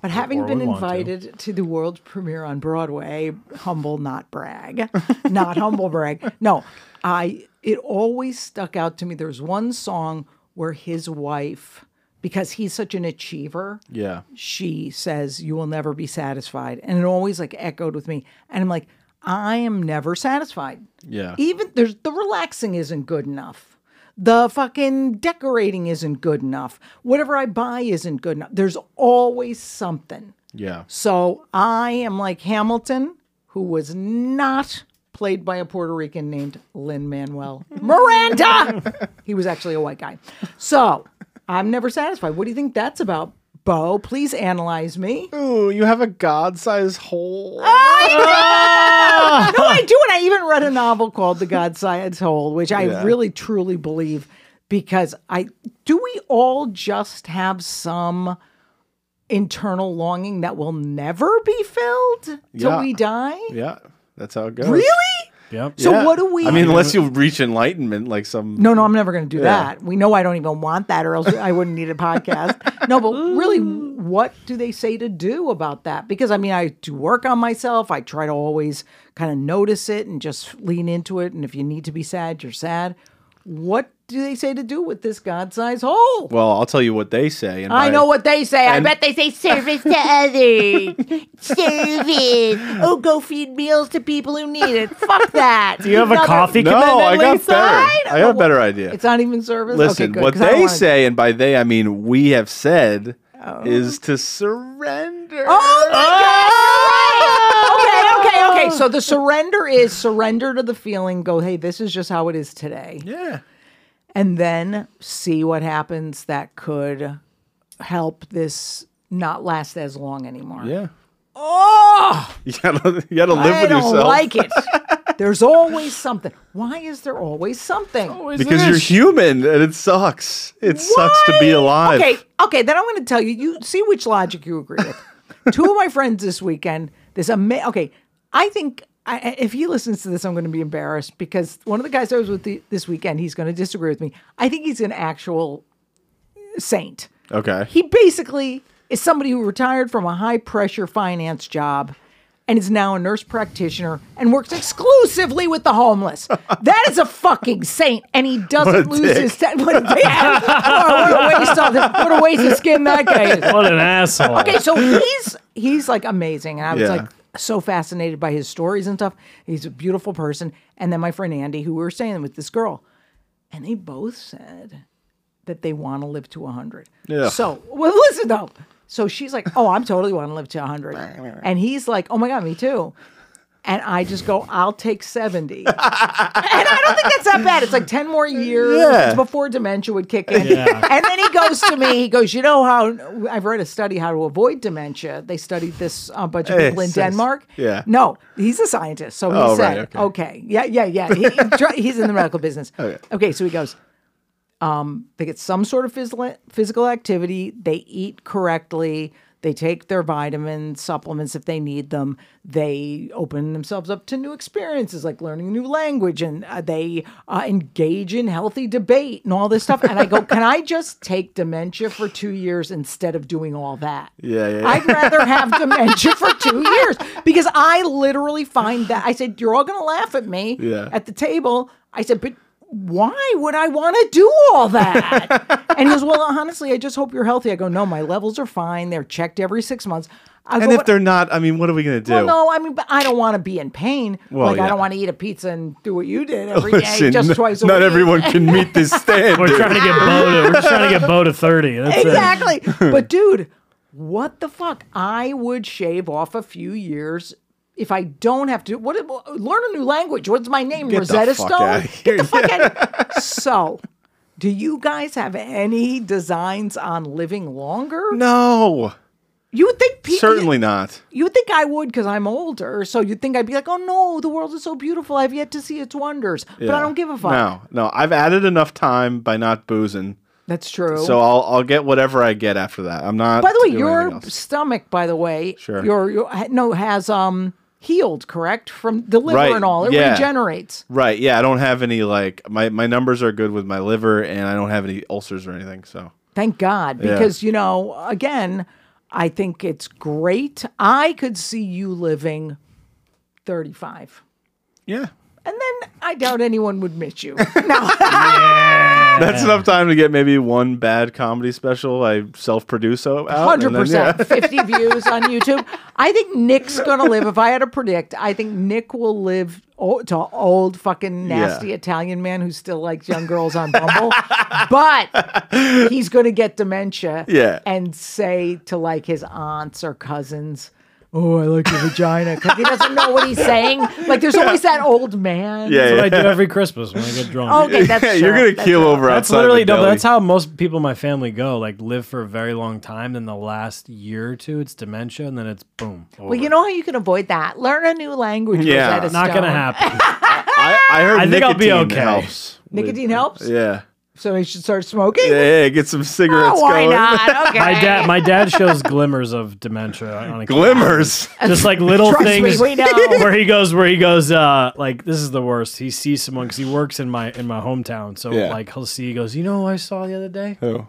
Speaker 1: But having
Speaker 2: Or
Speaker 1: been
Speaker 2: would want to.
Speaker 1: invited to. the world premiere on Broadway, humble not brag, not humble brag. No, I it always stuck out to me. There's one song where his wife because he's such an achiever,
Speaker 3: Yeah.
Speaker 1: she says you will never be satisfied and it always like echoed with me and i'm like i am never satisfied
Speaker 3: Yeah.
Speaker 1: even there's the relaxing isn't good enough the fucking decorating isn't good enough whatever i buy isn't good enough there's always something
Speaker 3: Yeah.
Speaker 1: so i am like hamilton who was not played by a puerto rican named lynn manuel miranda he was actually a white guy so i'm never satisfied what do you think that's about Bo, please analyze me.
Speaker 3: Ooh, you have a god-sized hole.
Speaker 1: Ah! no, I do. And I even read a novel called The God Science Hole, which I
Speaker 3: Yeah.
Speaker 1: really truly believe because I do we all just have some internal longing that will never be filled till
Speaker 3: Yeah.
Speaker 1: we die?
Speaker 3: Yeah, that's how it goes.
Speaker 1: Really?
Speaker 2: Yep.
Speaker 1: So
Speaker 3: Yeah.
Speaker 1: what do we
Speaker 3: I mean, unless you reach enlightenment, like some.
Speaker 1: No, no, I'm never going to do that. We know I don't even want that, or else I wouldn't need a podcast. no, but really, what do they say to do about that? Because I mean, I do work on myself. I try to always kind of notice it and just lean into it. And if you need to be sad, you're sad. What do they say to do with this God-sized hole?
Speaker 3: Well, I'll tell you what they say. And
Speaker 1: I
Speaker 3: by-
Speaker 1: know what they say. I
Speaker 3: And-
Speaker 1: bet they say service to others. service. Oh, go feed meals to people who need it. Fuck that.
Speaker 2: Do you have a coffee
Speaker 3: No,
Speaker 2: commitment,
Speaker 3: I got
Speaker 2: Lisa?
Speaker 3: better. I got a better idea.
Speaker 1: Oh, It's not even service.
Speaker 3: Listen,
Speaker 1: okay, good,
Speaker 3: what
Speaker 1: 'cause I don't
Speaker 3: they
Speaker 1: wanna-
Speaker 3: say, and by they I mean we have said, is to surrender.
Speaker 1: Oh my God! you're right! Okay, okay, okay. So the surrender is surrender to the feeling. Go, hey, this is just how it is today,
Speaker 3: Yeah.
Speaker 1: and then see what happens that could help this not last as long anymore.
Speaker 3: Yeah.
Speaker 1: Oh,
Speaker 3: You gotta, you gotta live
Speaker 1: I
Speaker 3: with
Speaker 1: don't
Speaker 3: yourself
Speaker 1: like it. There's always something. Why is there always something?
Speaker 3: because you're human, and it sucks. It sucks to be
Speaker 1: Why?
Speaker 3: alive.
Speaker 1: Okay, okay, then I'm going to tell you. You see which logic you agree with. Two of my friends this weekend. This ama- Okay, I think I- I, if he listens to this, I'm going to be embarrassed because one of the guys I was with the, this weekend, he's going to disagree with me. I think he's an actual saint.
Speaker 3: Okay.
Speaker 1: He basically is somebody who retired from a high pressure finance job and is now a nurse practitioner and works exclusively with the homeless. That is a fucking saint. And he doesn't lose
Speaker 3: dick.
Speaker 1: his. Te- what, a dick. What a- what a waste of, what a waste of skin that guy is.
Speaker 2: What an asshole.
Speaker 1: Okay, so he's he's like amazing, and I was
Speaker 3: Yeah.
Speaker 1: like so fascinated by his stories and stuff. He's a beautiful person, and then my friend Andy, who we were staying with this girl, and they both said that they want to live to hundred.
Speaker 3: Yeah.
Speaker 1: So well, listen though. So she's like, "Oh, I'm totally want to live to hundred," and he's like, "Oh my god, me too." And I just go, I'll take 70. and I don't think that's that bad. It's like 10 more years.
Speaker 3: Yeah.
Speaker 1: It's before dementia would kick in.
Speaker 2: Yeah.
Speaker 1: And then he goes to me, he goes, You know how I've read a study how to avoid dementia. They studied this a bunch of
Speaker 3: Hey,
Speaker 1: people in
Speaker 3: sis.
Speaker 1: Denmark.
Speaker 3: Yeah.
Speaker 1: No, he's a scientist. So he
Speaker 3: Oh,
Speaker 1: said,
Speaker 3: right, okay. Oh,
Speaker 1: okay. Yeah, yeah, yeah. He- he tr- he's in the medical business. Okay. so he goes, um, They get some sort of physical, physical activity, they eat correctly. They take their vitamin supplements if they need them. They open themselves up to new experiences, like learning a new language, and uh, they uh, engage in healthy debate and all this stuff. And I go, can I just take dementia for two years instead of doing all that?
Speaker 3: Yeah, yeah, yeah.
Speaker 1: I'd rather have dementia for two years because I literally find that I said, You're all going to laugh at me
Speaker 3: Yeah.
Speaker 1: at the table. I said, But why would I want to do all that? and he goes, Well, honestly, I just hope you're healthy. I go, No, my levels are fine. They're checked every six months. I
Speaker 3: And
Speaker 1: go,
Speaker 3: if they're not, I mean, what are we gonna do?
Speaker 1: well, no, I mean, but I don't want to be in pain.
Speaker 3: Well,
Speaker 1: like, I
Speaker 3: yeah.
Speaker 1: don't want to eat a pizza and do what you did every day,
Speaker 3: Listen,
Speaker 1: just
Speaker 3: n-
Speaker 1: twice a
Speaker 3: not
Speaker 1: week.
Speaker 3: everyone can meet this
Speaker 2: We're
Speaker 3: standard.
Speaker 2: trying to get Bo to. We're just trying to get Bo to thirty. That's it.
Speaker 1: exactly. but dude, what the fuck? I would shave off a few years if I don't have to. What? Learn a new language. What's my name?
Speaker 3: Get the
Speaker 1: Rosetta
Speaker 3: fuck
Speaker 1: Stone.
Speaker 3: outta
Speaker 1: Get the fuck out. So, do you guys have any designs on living longer?
Speaker 3: no,
Speaker 1: You would think people
Speaker 3: certainly not.
Speaker 1: You would think I would because I'm older, so you'd think I'd be like, "Oh no, the world is so beautiful. I've yet to see its wonders." But I
Speaker 3: Yeah.
Speaker 1: don't give a fuck.
Speaker 3: No, no, I've added enough time by not boozing,
Speaker 1: That's true.
Speaker 3: so I'll I'll get whatever I get after that. I'm not.
Speaker 1: By the way,
Speaker 3: doing anything
Speaker 1: your
Speaker 3: else.
Speaker 1: stomach, by the way,
Speaker 3: Sure.
Speaker 1: your, your ha- no has um healed, correct? From the liver
Speaker 3: Right,
Speaker 1: and all, it
Speaker 3: yeah.
Speaker 1: regenerates.
Speaker 3: Right. Yeah. I don't have any like my my numbers are good with my liver, and I don't have any ulcers or anything. So
Speaker 1: Thank God,
Speaker 3: Yeah.
Speaker 1: because you know, again, I think it's great. I could see you living thirty-five,
Speaker 3: yeah,
Speaker 1: and then I doubt anyone would miss you.
Speaker 3: that's enough time to get maybe one bad comedy special I self produce out. Oh, and
Speaker 1: Hundred
Speaker 3: then,
Speaker 1: percent,
Speaker 3: yeah.
Speaker 1: fifty views on YouTube. I think Nick's gonna live. If I had to predict, I think Nick will live o- to old fucking nasty
Speaker 3: Yeah.
Speaker 1: Italian man who still likes young girls on Bumble, but he's gonna get dementia.
Speaker 3: Yeah.
Speaker 1: and say to like his aunts or cousins. oh, I like your vagina. 'Cause he doesn't know what he's saying. Like, there's always that old man.
Speaker 3: Yeah,
Speaker 2: That's
Speaker 3: yeah.
Speaker 2: what I do every Christmas when I get drunk.
Speaker 1: Okay, that's
Speaker 3: Yeah,
Speaker 1: true.
Speaker 3: you're gonna
Speaker 1: That's
Speaker 3: keel
Speaker 1: true.
Speaker 3: over
Speaker 2: That's
Speaker 3: outside
Speaker 2: literally
Speaker 3: the
Speaker 2: no,
Speaker 3: deli.
Speaker 2: that's how most people in my family go. Like live for a very long time. Then the last year or two, it's dementia, and then it's boom.
Speaker 1: Well, you know how you can avoid that? Learn a new language.
Speaker 3: Yeah.
Speaker 1: Rosetta
Speaker 2: not
Speaker 1: Stone.
Speaker 2: gonna happen.
Speaker 3: I, I heard
Speaker 2: I think I'll
Speaker 3: nicotine
Speaker 2: be okay.
Speaker 3: helps. with-
Speaker 1: Nicotine helps,
Speaker 3: Yeah.
Speaker 1: so he should start smoking.
Speaker 3: Yeah, yeah, get some cigarettes
Speaker 1: Oh, why
Speaker 3: going.
Speaker 1: not? Okay.
Speaker 2: my dad, my dad shows glimmers of dementia. On occasion.
Speaker 3: Glimmers.
Speaker 2: just like little
Speaker 1: Trust me,
Speaker 2: things.
Speaker 1: we know.
Speaker 2: Where he goes, where he goes, uh, like this is the worst. He sees someone because he works in my in my hometown. So
Speaker 3: Yeah.
Speaker 2: like he'll see, he goes, you know, who I saw the other day
Speaker 3: Oh.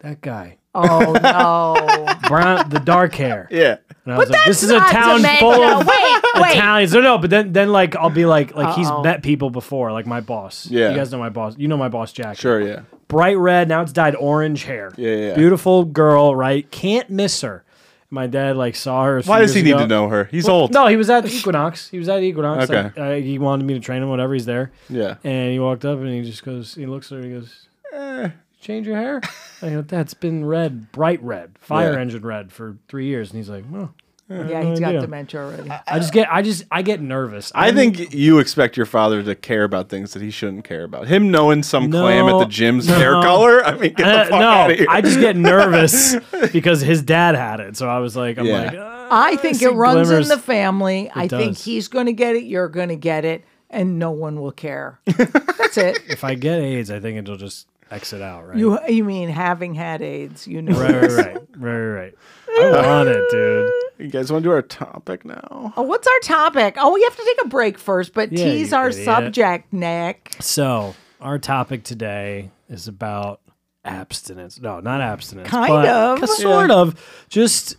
Speaker 2: that guy,
Speaker 1: Oh no!
Speaker 2: brown, the dark hair.
Speaker 3: Yeah.
Speaker 2: And I was like, this is a
Speaker 1: not
Speaker 2: town full
Speaker 1: dementia.
Speaker 2: of
Speaker 1: Wait, wait.
Speaker 2: Italians. No, no, but then then like I'll be like like he's
Speaker 1: Uh-oh.
Speaker 2: met people before, like my boss.
Speaker 3: Yeah.
Speaker 2: you guys know my boss. You know my boss, Jack.
Speaker 3: Sure, yeah.
Speaker 2: bright red. Now it's dyed orange hair.
Speaker 3: Yeah, yeah, yeah.
Speaker 2: Beautiful girl, right? Can't miss her. My dad like saw her. a few
Speaker 3: Why does he
Speaker 2: years
Speaker 3: need
Speaker 2: ago.
Speaker 3: to know her? He's old.
Speaker 2: No, he was at Equinox. He was at Equinox.
Speaker 3: Okay.
Speaker 2: Like, uh, he wanted me to train him, whatever. He's there.
Speaker 3: Yeah.
Speaker 2: And he walked up and he just goes, he looks at her and he goes,
Speaker 3: Eh.
Speaker 2: change your hair? I go, that's been red, bright red, fire
Speaker 3: Yeah.
Speaker 2: engine red for three years. And he's like, well,
Speaker 1: Yeah, he's got
Speaker 2: idea.
Speaker 1: dementia already.
Speaker 2: I just get, I just, I get nervous.
Speaker 3: I
Speaker 2: I'm-
Speaker 3: think you expect your father to care about things that he shouldn't care about. Him knowing some
Speaker 2: No,
Speaker 3: clam at the gym's
Speaker 2: no.
Speaker 3: hair color? I mean, get
Speaker 2: Uh,
Speaker 3: the fuck out of
Speaker 2: no,
Speaker 3: here.
Speaker 2: I just get nervous because his dad had it. So I was like, I'm
Speaker 3: Yeah.
Speaker 2: like, uh,
Speaker 1: I think
Speaker 2: see
Speaker 1: it runs
Speaker 2: glimmers.
Speaker 1: in the family. I think
Speaker 2: does.
Speaker 1: he's going to get it. You're going to get it, and no one will care. That's it.
Speaker 2: if I get AIDS, I think it'll just exit out, right?
Speaker 1: You you mean having had AIDS? You know.
Speaker 2: right, right, right, right, right. I want it, dude.
Speaker 3: you guys want to do our topic now?
Speaker 1: Oh, what's our topic? Oh, we have to take a break first, but
Speaker 2: Yeah,
Speaker 1: tease
Speaker 2: you
Speaker 1: our
Speaker 2: idiot.
Speaker 1: subject, Nick.
Speaker 2: So our topic today is about abstinence. No, not abstinence.
Speaker 1: Kind
Speaker 2: but
Speaker 1: of.
Speaker 2: ca- sort of. Just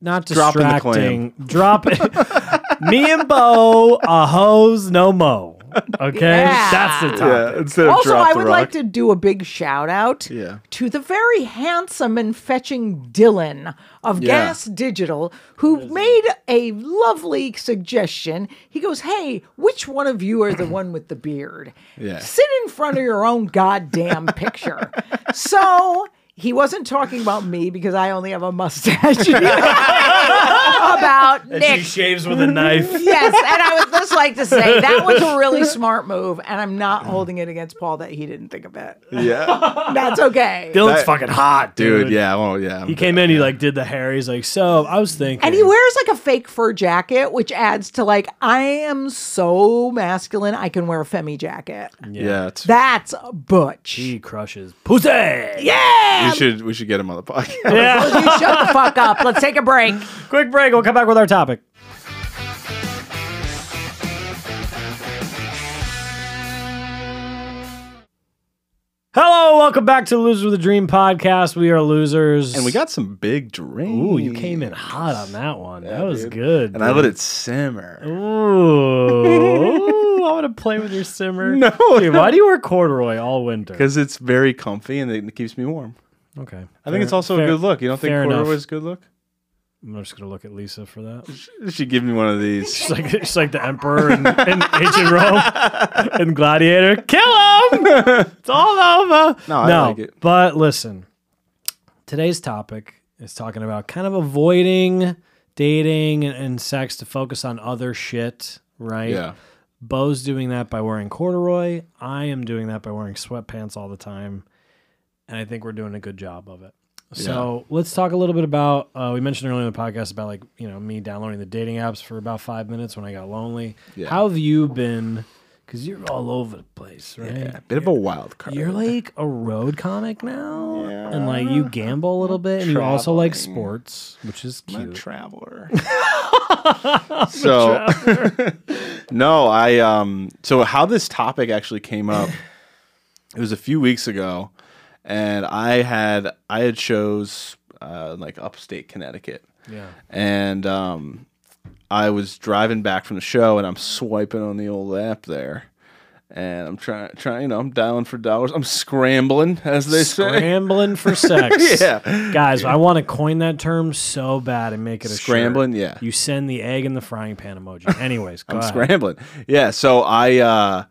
Speaker 2: not
Speaker 3: Dropping the
Speaker 2: distracting. Drop it. Me and Bo, a hose, no mo. Okay,
Speaker 1: Yeah.
Speaker 2: that's the topic.
Speaker 3: Yeah, instead of
Speaker 1: Also,
Speaker 3: drop
Speaker 1: I
Speaker 3: the
Speaker 1: would
Speaker 3: rock.
Speaker 1: like to do a big shout out
Speaker 3: Yeah.
Speaker 1: to the very handsome and fetching Dylan of
Speaker 3: Yeah.
Speaker 1: Gas Digital, who made a lovely suggestion. He goes, Hey, which one of you are the one with the beard?
Speaker 3: Yeah.
Speaker 1: Sit in front of your own goddamn picture. so. He wasn't talking about me because I only have a mustache. about Nick.
Speaker 2: shaves with a knife.
Speaker 1: Yes, and I would just like to say that was a really smart move, and I'm not holding it against Paul that he didn't think of it.
Speaker 3: Yeah.
Speaker 1: That's okay.
Speaker 2: Dylan's
Speaker 3: That-
Speaker 2: fucking hot, dude.
Speaker 3: Dude, yeah. Oh, yeah.
Speaker 2: He came in, he like did the hair. He's like, so I was thinking.
Speaker 1: And he wears like a fake fur jacket, which adds to like, I am so masculine, I can wear a femi jacket.
Speaker 3: yeah. it's-
Speaker 1: That's butch.
Speaker 2: he crushes pussy. Yeah.
Speaker 1: yeah!
Speaker 3: we should we should get him on the podcast.
Speaker 1: You shut the fuck up. Let's take a break.
Speaker 2: Quick break. We'll come back with our topic. Hello, welcome back to Losers with a Dream podcast. We are losers,
Speaker 3: And we got some big drinks.
Speaker 2: Ooh, you came in hot on that one. that was
Speaker 3: dude.
Speaker 2: good.
Speaker 3: And I let it simmer.
Speaker 2: Ooh, Ooh, I want to play with your simmer.
Speaker 3: No,
Speaker 2: Dude, why do you wear corduroy all winter?
Speaker 3: Because it's very comfy and it keeps me warm.
Speaker 2: Okay,
Speaker 3: I think it's also a good look. You don't think
Speaker 2: fair enough.
Speaker 3: corduroy is a good look?
Speaker 2: I'm just gonna look at Lisa for that.
Speaker 3: She give me one of these.
Speaker 2: She's like, she's like the emperor in, in ancient Rome and Gladiator. Kill him! It's all over.
Speaker 3: No, I like it.
Speaker 2: But listen, today's topic is talking about kind of avoiding dating and, and sex to focus on other shit, right?
Speaker 3: Yeah.
Speaker 2: Bo's doing that by wearing corduroy. I am doing that by wearing sweatpants all the time. And I think we're doing a good job of it. So let's talk a little bit about. Uh, we mentioned earlier in the podcast about like you know me downloading the dating apps for about five minutes when I got lonely.
Speaker 3: Yeah.
Speaker 2: How have you been? Because you're all over the place, right?
Speaker 3: A bit of a wild card.
Speaker 2: You're like a road comic now,
Speaker 3: Yeah.
Speaker 2: and like you gamble a little bit, and you also like sports, which is
Speaker 3: I'm a
Speaker 2: cute.
Speaker 3: traveler. so no, I um so how this topic actually came up it was a few weeks ago and I had I had shows uh like upstate Connecticut.
Speaker 2: yeah,
Speaker 3: And um I was driving back from the show and I'm swiping on the old app there. And I'm trying, trying, you know, I'm dialing for dollars. I'm scrambling, as they say.
Speaker 2: scrambling for sex.
Speaker 3: Yeah.
Speaker 2: guys, I want to coin that term so bad and make it a shirt.
Speaker 3: Scrambling, yeah.
Speaker 2: You send the egg in the frying pan emoji. Anyways, go
Speaker 3: I'm
Speaker 2: ahead.
Speaker 3: scrambling. Yeah, so I uh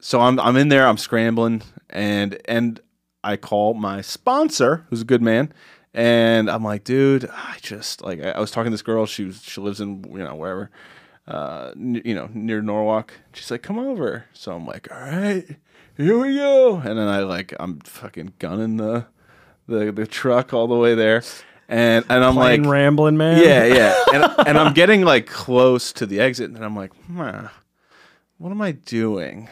Speaker 3: so I'm I'm in there, I'm scrambling and and I call my sponsor, who's a good man, And I'm like, dude, I just like I, I was talking to this girl. She was she lives in you know wherever, uh, n- you know near Norwalk. She's like, come over. So I'm like, all right, here we go. And then I like I'm fucking gunning the the the truck all the way there, and and I'm
Speaker 2: Plain
Speaker 3: like
Speaker 2: rambling, man.
Speaker 3: yeah, yeah. And, and I'm getting like close to the exit, and I'm like, huh, what am I doing?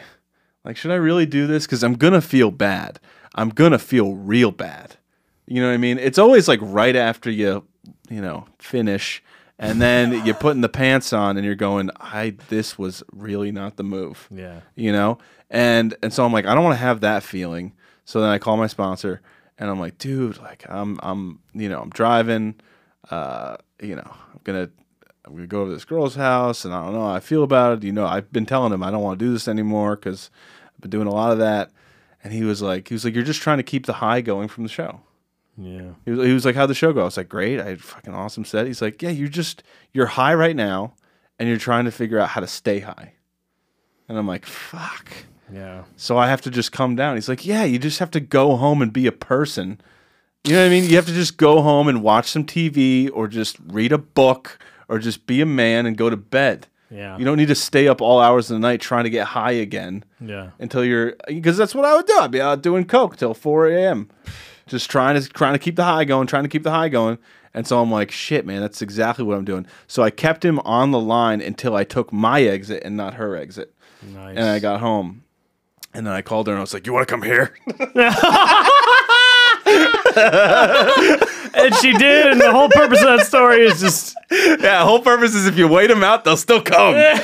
Speaker 3: Like, should I really do this? Because I'm gonna feel bad. I'm gonna feel real bad. You know what I mean? It's always like right after you, you know, finish, and then you're putting the pants on, and you're going, I this was really not the move
Speaker 2: Yeah.
Speaker 3: you know and and so i'm like i don't want to have that feeling so then i call my sponsor and i'm like dude like i'm i'm you know i'm driving uh you know i'm gonna i'm gonna go to this girl's house and i don't know how i feel about it you know i've been telling him i don't want to do this anymore because i've been doing a lot of that and he was like he was like you're just trying to keep the high going from the show
Speaker 2: Yeah.
Speaker 3: he was, he was like, "How'd the show go?" I was like, "Great, I had a fucking awesome set." He's like, "Yeah, you're just you're high right now, and you're trying to figure out how to stay high." And I'm like, "Fuck!"
Speaker 2: Yeah.
Speaker 3: So I have to just come down. He's like, "Yeah, you just have to go home and be a person." You know what I mean? You have to just go home and watch some TV, or just read a book, or just be a man and go to bed.
Speaker 2: Yeah.
Speaker 3: You don't need to stay up all hours of the night trying to get high again
Speaker 2: Yeah.
Speaker 3: until you're because that's what I would do. I'd be out doing coke till 4 a.m. Just trying to trying to keep the high going, trying to keep the high going. And so I'm like, shit, man, that's exactly what I'm doing. So I kept him on the line until I took my exit and not her exit.
Speaker 2: Nice.
Speaker 3: And I got home. And then I called her and I was like, You wanna come here?
Speaker 2: and she did, and the whole purpose of that story is just
Speaker 3: yeah, whole purpose is if you wait them out, they'll still come. no,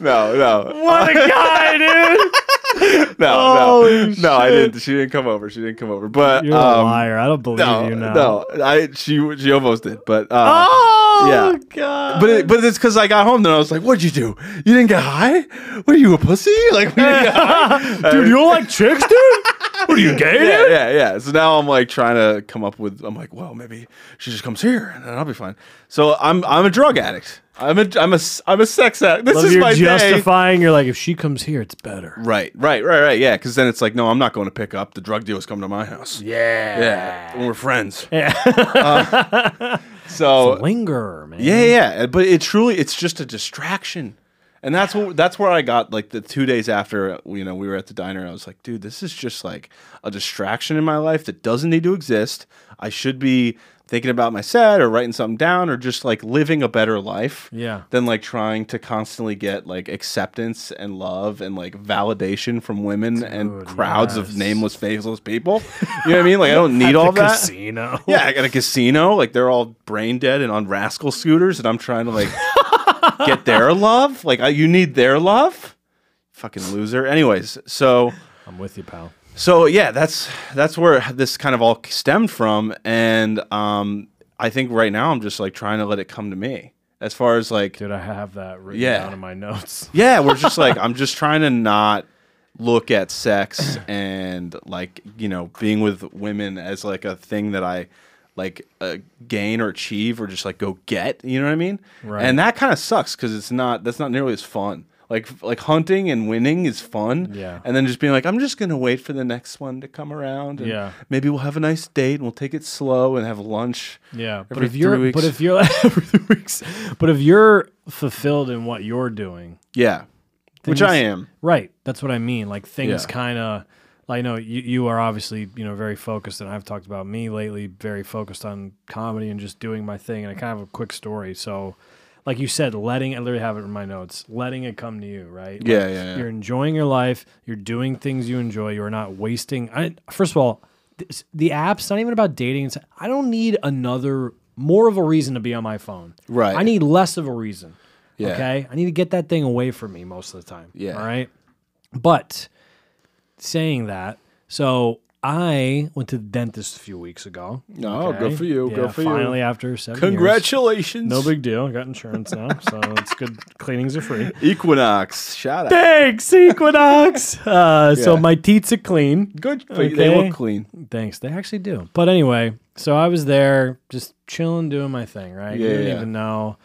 Speaker 3: no.
Speaker 2: what a guy, dude.
Speaker 3: No,
Speaker 2: Holy
Speaker 3: no, no. I didn't. She didn't come over. She didn't come over. But
Speaker 2: You're a
Speaker 3: um,
Speaker 2: liar. I don't believe
Speaker 3: no,
Speaker 2: you now.
Speaker 3: no. I she she almost did, but uh,
Speaker 2: Oh
Speaker 3: Yeah.
Speaker 2: god.
Speaker 3: but it, but it's because I got home. Then I was like, "What'd you do? You didn't get high? What are you a pussy? Like, we didn't get high?
Speaker 2: dude, you don't like chicks, dude? What are you gay?
Speaker 3: uh, yeah,
Speaker 2: dude?
Speaker 3: yeah, yeah. So now I'm like trying to come up with. I'm like, well, maybe she just comes here and then I'll be fine. So I'm I'm a drug addict. I'm a I'm a s- I'm a sex addict. This
Speaker 2: Love
Speaker 3: is
Speaker 2: you're
Speaker 3: my day.
Speaker 2: justifying. You're like, if she comes here, it's better.
Speaker 3: Right, right, right, right. Yeah, because then it's like, no, I'm not going to pick up. The drug dealer's coming to my house.
Speaker 2: Yeah.
Speaker 3: Yeah, when we're friends. Yeah. so
Speaker 2: Linger, man.
Speaker 3: Yeah, yeah, yeah. But it truly, it's just a distraction, and that's what that's where I got like the two days after you know we were at the diner. I was like, dude, this is just like a distraction in my life that doesn't need to exist. I should be thinking about my set or writing something down or just like living a better life.
Speaker 2: Yeah.
Speaker 3: Than like trying to constantly get like acceptance and love and like validation from women and
Speaker 2: Dude,
Speaker 3: crowds of
Speaker 2: yes.
Speaker 3: nameless, faceless people. You know what I mean? Like I don't need all
Speaker 2: the
Speaker 3: that.
Speaker 2: casino.
Speaker 3: Yeah, I got a casino. Like they're all brain dead and on rascal scooters, and I'm trying to like get their love. Like I, you need their love, fucking loser. Anyways, so
Speaker 2: I'm with you, pal.
Speaker 3: so yeah, that's that's where this kind of all stemmed from, and um, I think right now I'm just like trying to let it come to me as far as like
Speaker 2: Dude, I have that written
Speaker 3: Yeah.
Speaker 2: down in my notes.
Speaker 3: yeah, we're just like I'm just trying to not look at sex and like you know being with women as like a thing that I like uh, gain or achieve or just like go get. You know what I mean?
Speaker 2: Right.
Speaker 3: And that kind of sucks because it's not that's not nearly as fun. Like like hunting and winning is fun.
Speaker 2: Yeah.
Speaker 3: And then just being like I'm just gonna wait for the next one to come around. And
Speaker 2: Yeah.
Speaker 3: Maybe we'll have a nice date and we'll take it slow and have lunch.
Speaker 2: Yeah, but
Speaker 3: Every
Speaker 2: if you're,
Speaker 3: three
Speaker 2: but
Speaker 3: weeks.
Speaker 2: if you're, every three weeks, but if you're fulfilled in what you're doing,
Speaker 3: Yeah. Which
Speaker 2: Things-
Speaker 3: I am.
Speaker 2: right? That's what I mean. Like things
Speaker 3: Yeah.
Speaker 2: kind of, I know you, you are obviously you know very focused, and I've talked about me lately, very focused on comedy and just doing my thing. And I kind of have a quick story. So, like you said, letting I literally have it in my notes, letting it come to you, right? Like,
Speaker 3: Yeah, yeah, yeah.
Speaker 2: You're enjoying your life. You're doing things you enjoy. You're not wasting. I, first of all, this, the app's not even about dating. It's, I don't need another more of a reason to be on my phone.
Speaker 3: Right.
Speaker 2: I need less of a reason.
Speaker 3: Yeah.
Speaker 2: Okay. I need to get that thing away from me most of the time.
Speaker 3: Yeah.
Speaker 2: All right. But saying that, so I went to the dentist a few weeks ago.
Speaker 3: No, Oh, good for you, good for you.
Speaker 2: Finally, after seven years.
Speaker 3: Congratulations.
Speaker 2: No big deal. I got insurance now, so it's good. Cleanings are free.
Speaker 3: Equinox. Shout out.
Speaker 2: Thanks, Equinox. Uh, So
Speaker 3: Yeah.
Speaker 2: my teats are clean.
Speaker 3: Good. They
Speaker 2: Okay.
Speaker 3: look clean.
Speaker 2: Thanks. They actually do. But anyway, so I was there just chilling, doing my thing, right?
Speaker 3: Yeah,
Speaker 2: you didn't
Speaker 3: yeah.
Speaker 2: even know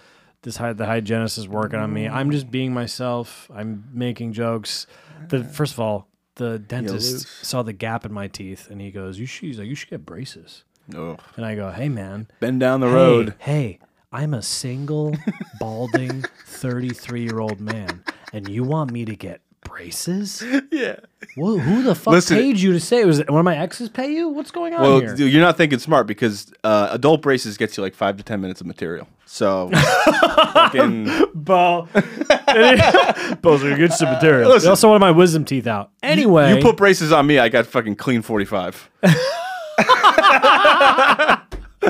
Speaker 2: this hy- the hygienist is working on me. I'm just being myself. I'm making jokes. The first of all, the dentist
Speaker 3: lose.
Speaker 2: saw the gap in my teeth, and he goes, "You should." He's like, "You should get braces."
Speaker 3: Ugh.
Speaker 2: And I go, "Hey, man,
Speaker 3: Been down the road.
Speaker 2: Hey, hey, I'm a single, balding, 33 year old man, and you want me to get braces?
Speaker 3: Yeah.
Speaker 2: Who, who the fuck
Speaker 3: Listen-
Speaker 2: paid you to say? Was it one of my exes pay you? What's going on
Speaker 3: Well,
Speaker 2: here?
Speaker 3: dude, you're not thinking smart because uh, adult braces gets you like five to ten minutes of material. So, fucking,
Speaker 2: Bo, Bo's like, get some material. They also wanted my wisdom teeth out. Anyway,
Speaker 3: you put braces on me, I got fucking clean forty five.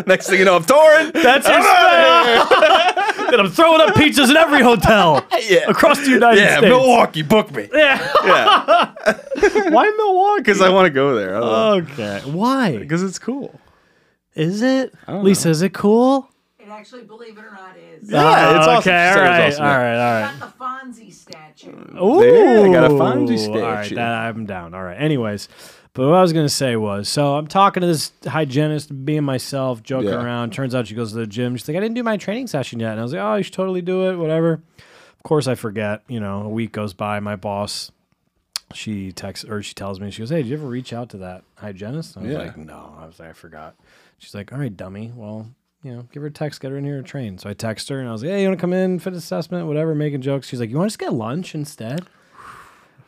Speaker 3: Next thing you know, I'm touring.
Speaker 2: that's his thing. That I'm throwing up pizzas in every hotel
Speaker 3: Yeah.
Speaker 2: across the United
Speaker 3: yeah,
Speaker 2: States.
Speaker 3: Milwaukee, book me.
Speaker 2: Yeah.
Speaker 3: Yeah,
Speaker 2: Why Milwaukee?
Speaker 3: because I want to go there.
Speaker 2: Okay. Why?
Speaker 3: Because it's cool.
Speaker 2: Is it? Lisa, is it cool?
Speaker 1: It actually, believe it or not, is.
Speaker 3: Yeah, it's
Speaker 2: Oh, okay,
Speaker 3: awesome.
Speaker 2: All
Speaker 3: Sarah's
Speaker 2: right,
Speaker 3: awesome,
Speaker 2: all
Speaker 3: yeah.
Speaker 2: right, all right.
Speaker 1: Got the Fonzie statue.
Speaker 2: Ooh,
Speaker 3: There, I got a Fonzie statue.
Speaker 2: All right, that, I'm down. All right. Anyways, but what I was gonna say was, so I'm talking to this hygienist, being myself, joking
Speaker 3: Yeah.
Speaker 2: around. Turns out she goes to the gym. She's like, I didn't do my training session yet, and I was like, Oh, you should totally do it. Whatever. Of course, I forget. You know, a week goes by. My boss, she texts or she tells me, she goes, Hey, did you ever reach out to that hygienist? And I was
Speaker 3: Yeah.
Speaker 2: like, No. I was like, I forgot. She's like, All right, dummy. Well. You know, give her a text, get her in here to train. So I text her and I was like, "Hey, you want to come in, fit assessment, whatever, making jokes." She's like, "You want to just get lunch instead?"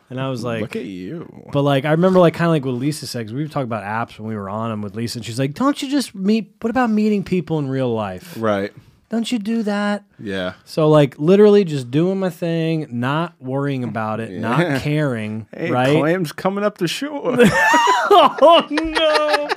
Speaker 2: And I was like,
Speaker 3: Look at you.
Speaker 2: but like I remember like kind of like with Lisa said, 'cause we were talking about apps when we were on them with Lisa, and she's like, "Don't you just meet? What about meeting people in real life?
Speaker 3: Right.
Speaker 2: Don't you do that?"
Speaker 3: Yeah.
Speaker 2: So like literally just doing my thing, not worrying about it, not caring, right?
Speaker 3: clams coming up the shore.
Speaker 2: Oh no,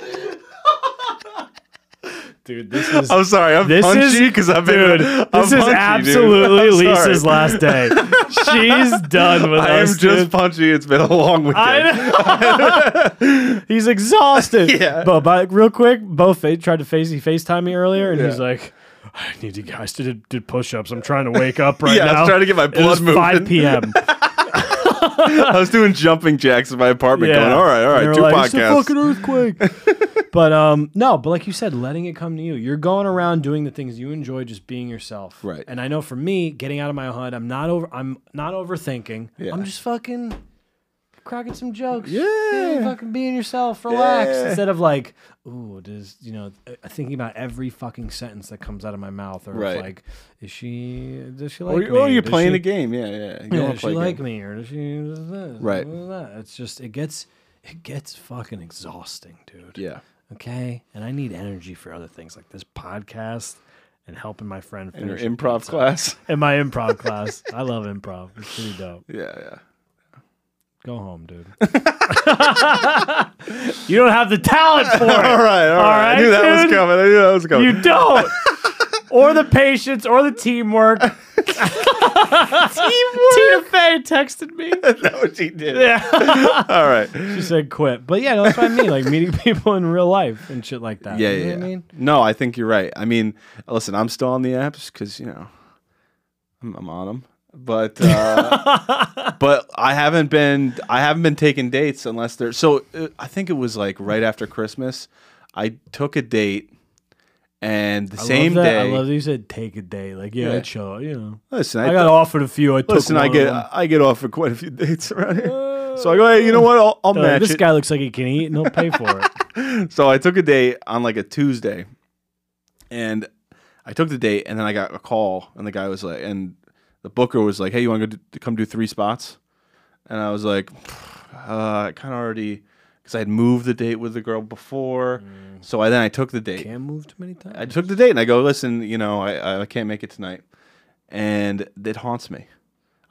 Speaker 2: dude, this is
Speaker 3: I'm sorry. I'm
Speaker 2: This is-
Speaker 3: punchy because I've been.
Speaker 2: dude,
Speaker 3: I'm
Speaker 2: this is
Speaker 3: punchy, dude.
Speaker 2: absolutely
Speaker 3: I'm sorry.
Speaker 2: Lisa's last day. She's done with
Speaker 3: I am
Speaker 2: us.
Speaker 3: just
Speaker 2: dude.
Speaker 3: punchy. It's been a long weekend.
Speaker 2: I know. he's exhausted.
Speaker 3: Yeah.
Speaker 2: But, but real quick, Bo fa- tried to face he FaceTime me earlier, and he's like, "I need you guys to do, do push-ups. I'm trying to wake up right
Speaker 3: Yeah, I
Speaker 2: now.
Speaker 3: was trying to get my
Speaker 2: it
Speaker 3: blood
Speaker 2: was
Speaker 3: moving.
Speaker 2: 5 p.m.
Speaker 3: I was doing jumping jacks in my apartment.
Speaker 2: yeah.
Speaker 3: Going, all right, all
Speaker 2: And
Speaker 3: right,
Speaker 2: they
Speaker 3: two
Speaker 2: were like,
Speaker 3: podcasts.
Speaker 2: It's a fucking earthquake. but um, no, but like you said, letting it come to you. You're going around doing the things you enjoy, just being yourself.
Speaker 3: Right.
Speaker 2: And I know for me, getting out of my hood, I'm not over. I'm not overthinking.
Speaker 3: Yeah.
Speaker 2: I'm just fucking cracking some jokes.
Speaker 3: Yeah.
Speaker 2: fucking being yourself, relax
Speaker 3: Yeah.
Speaker 2: instead of like, ooh, does you know, uh, thinking about every fucking sentence that comes out of my mouth, or if,
Speaker 3: Right.
Speaker 2: like, is she does she like
Speaker 3: Or,
Speaker 2: me?
Speaker 3: or oh, you're
Speaker 2: Does
Speaker 3: playing
Speaker 2: she-
Speaker 3: a game. Yeah, yeah. You
Speaker 2: yeah,
Speaker 3: wanna
Speaker 2: does she
Speaker 3: play a game.
Speaker 2: like me or does she does this,
Speaker 3: Right.
Speaker 2: does that? It's just it gets it gets fucking exhausting, dude.
Speaker 3: Yeah.
Speaker 2: Okay. And I need energy for other things like this podcast and helping my friend
Speaker 3: In your
Speaker 2: finish
Speaker 3: improv class.
Speaker 2: in my improv class. I love improv. It's pretty dope.
Speaker 3: Yeah, yeah.
Speaker 2: Go home, dude. you don't have the talent for
Speaker 3: All
Speaker 2: it.
Speaker 3: right, all, all right. I knew
Speaker 2: right,
Speaker 3: that
Speaker 2: dude.
Speaker 3: was coming. I knew that was coming.
Speaker 2: You don't. Or the patience or the teamwork. teamwork. Tina Fey texted me.
Speaker 3: no, she did. All right.
Speaker 2: She said quit. But yeah, no, that's what I mean. Like meeting people in real life and shit like that.
Speaker 3: Yeah,
Speaker 2: You
Speaker 3: yeah.
Speaker 2: know
Speaker 3: yeah.
Speaker 2: what I mean?
Speaker 3: No, I think you're right. I mean, listen, I'm still on the apps because you know, I'm, I'm on them, but uh, but I haven't been I haven't been taking dates unless they're so. uh, I think it was like right after Christmas, I took a date, and the
Speaker 2: I
Speaker 3: same
Speaker 2: love that.
Speaker 3: day.
Speaker 2: I love that you said take a day. Like, yeah,
Speaker 3: Yeah.
Speaker 2: chill. You know.
Speaker 3: listen,
Speaker 2: I,
Speaker 3: I,
Speaker 2: got offered a few. I took
Speaker 3: listen. I
Speaker 2: one of
Speaker 3: get uh,
Speaker 2: them.
Speaker 3: I get offered quite a few dates around here, so I go, hey, you know what? I'll, I'll
Speaker 2: They're like,
Speaker 3: match
Speaker 2: this
Speaker 3: it.
Speaker 2: guy looks like he can eat and he'll pay for it.
Speaker 3: So I took a date on like a Tuesday, and I took the date, and then I got a call, and the guy was like, and the booker was like, "Hey, you want to do, come do three spots?" And I was like, uh, I kind of already, because I had moved the date with the girl before, so I then I took the date.
Speaker 2: Mm. Can't move too many times.
Speaker 3: I took the date, and I go, "Listen, you know, I I can't make it tonight," and it haunts me.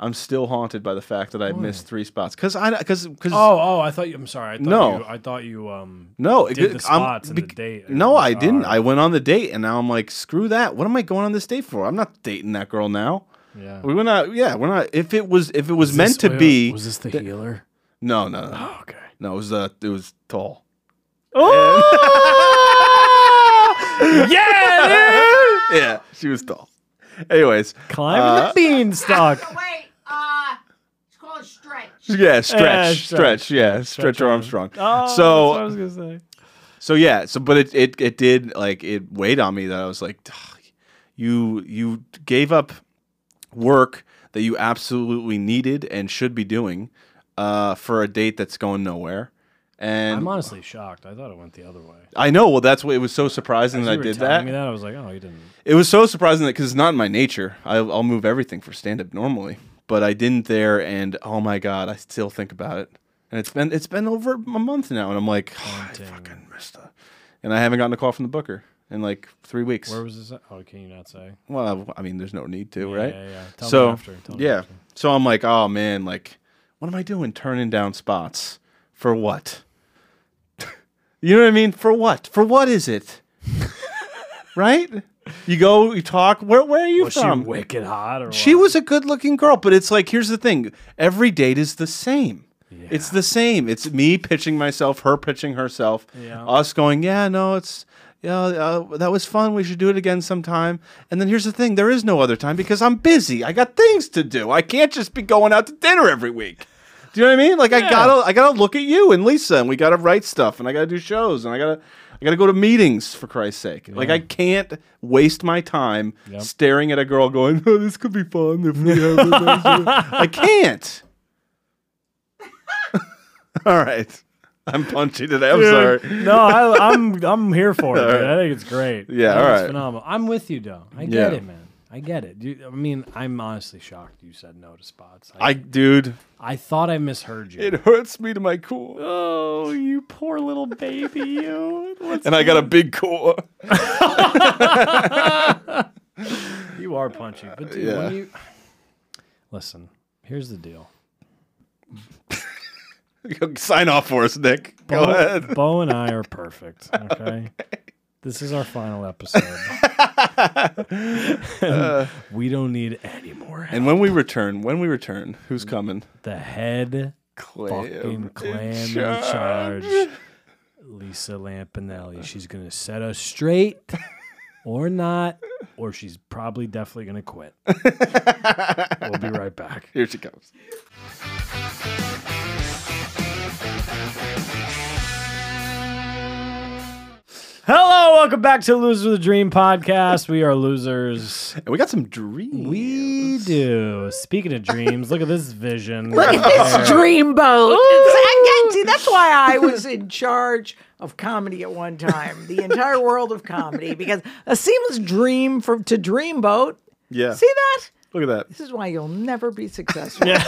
Speaker 3: I'm still haunted by the fact that I missed three spots because I because because
Speaker 2: Oh, oh! I thought you. I'm sorry. I thought
Speaker 3: No.
Speaker 2: you, I thought you. Um,
Speaker 3: No, it-
Speaker 2: did
Speaker 3: I'm-
Speaker 2: the spots and
Speaker 3: bec-
Speaker 2: the date.
Speaker 3: No, I didn't.
Speaker 2: Alright.
Speaker 3: I went on the date, and now I'm like, screw that. What am I going on this date for? I'm not dating that girl now.
Speaker 2: yeah.
Speaker 3: We were not. Yeah, we're not. If it was, if it was,
Speaker 2: This-
Speaker 3: meant to
Speaker 2: wait,
Speaker 3: be,
Speaker 2: Was this the healer? Oh,
Speaker 3: no, no, no,
Speaker 2: Okay.
Speaker 3: no. It was uh, it was tall.
Speaker 2: yeah,
Speaker 3: Yeah, she was tall. Anyways,
Speaker 2: dude! Climbing
Speaker 3: Uh,
Speaker 2: the beanstalk.
Speaker 1: Wait, uh, it's called Stretch.
Speaker 3: yeah, stretch,
Speaker 2: Yeah,
Speaker 3: stretch,
Speaker 2: Eh, stretch.
Speaker 3: yeah, stretch
Speaker 2: Arm-
Speaker 3: Armstrong.
Speaker 2: Oh,
Speaker 3: so,
Speaker 2: that's what I was gonna say.
Speaker 3: so yeah, so but it it it did like it weighed on me that I was like, "Ugh, you you gave up work that you absolutely needed and should be doing uh, for a date that's going nowhere. And
Speaker 2: I'm
Speaker 3: i
Speaker 2: honestly shocked. I thought it went the other way.
Speaker 3: know. Well, that's what it was so surprising that
Speaker 2: You
Speaker 3: I
Speaker 2: were
Speaker 3: did
Speaker 2: telling
Speaker 3: that.
Speaker 2: Me that. I was like, oh, you didn't.
Speaker 3: It was so surprising that because it's not in my nature. I, I'll move everything for stand up normally, but I didn't there, and oh my god, I still think about it. And it's been it's been over a month now, and I'm like, I fucking missed it. And I haven't gotten a call from the booker in like three weeks.
Speaker 2: Where was this? at? Oh, can you not say?
Speaker 3: Well, I mean, there's no need to, right?
Speaker 2: yeah, yeah. Tell me
Speaker 3: so
Speaker 2: after. Tell me
Speaker 3: yeah,
Speaker 2: after.
Speaker 3: so I'm like, oh man, like, what am I doing? Turning down spots for what? you know what I mean? For what? For what is it? right? You go, you talk. Where Where are you
Speaker 2: Was she
Speaker 3: from?
Speaker 2: wicked hot or
Speaker 3: She
Speaker 2: what?
Speaker 3: was a good looking girl, but it's like here's the thing: every date is the same. It's the same. It's me pitching myself, her pitching herself,
Speaker 2: Yeah.
Speaker 3: us going, yeah, no, it's yeah, uh, that was fun. We should do it again sometime. And then here's the thing: there is no other time because I'm busy. I got things to do. I can't just be going out to dinner every week. Do you know what I mean? Like I gotta, I gotta look at you and Lisa, and we gotta write stuff, and I gotta do shows, and I gotta. I gotta go to meetings for Christ's sake. Like I can't waste my time
Speaker 2: Yep.
Speaker 3: staring at a girl going, oh, "This could be fun if we have." a nice day." I can't. All right, I'm punchy today. I'm sorry.
Speaker 2: no, I, I'm I'm here for it. dude. I think it's great.
Speaker 3: Yeah,
Speaker 2: I think
Speaker 3: all
Speaker 2: it's
Speaker 3: right.
Speaker 2: phenomenal. I'm with you, though. I get
Speaker 3: Yeah.
Speaker 2: it, man. I get it. You, I mean, I'm honestly shocked you said no to spots. I,
Speaker 3: I, dude,
Speaker 2: I thought I misheard you.
Speaker 3: it hurts me to my core,
Speaker 2: oh, you poor little baby, you. What's-
Speaker 3: and I got a big core.
Speaker 2: you are punchy, but dude,
Speaker 3: Yeah.
Speaker 2: when you listen, here's the deal.
Speaker 3: Sign off for us, Nick. Go
Speaker 2: Bo,
Speaker 3: ahead.
Speaker 2: Bo and I are perfect. Okay. This is our final episode. we don't need any more.
Speaker 3: Uh. And when we return, when we return, who's
Speaker 2: Mm.
Speaker 3: coming?
Speaker 2: The head fucking
Speaker 3: Clam.
Speaker 2: clam in
Speaker 3: charge.
Speaker 2: charge. Lisa Lampanelli. She's going to set us straight or not, or she's probably definitely going to quit. we'll be right back.
Speaker 3: Here she comes.
Speaker 2: Hello, welcome back to Loser of the Dream podcast. We are losers.
Speaker 3: And we got some dreams.
Speaker 2: We do. Speaking of dreams, look at this vision.
Speaker 1: Look at this dream boat. It's- I can't see- That's why I was in charge of comedy at one time, the entire world of comedy, because a seamless dream from to dream boat.
Speaker 3: Yeah.
Speaker 1: See that?
Speaker 3: Look at that.
Speaker 1: This is why you'll never be successful. but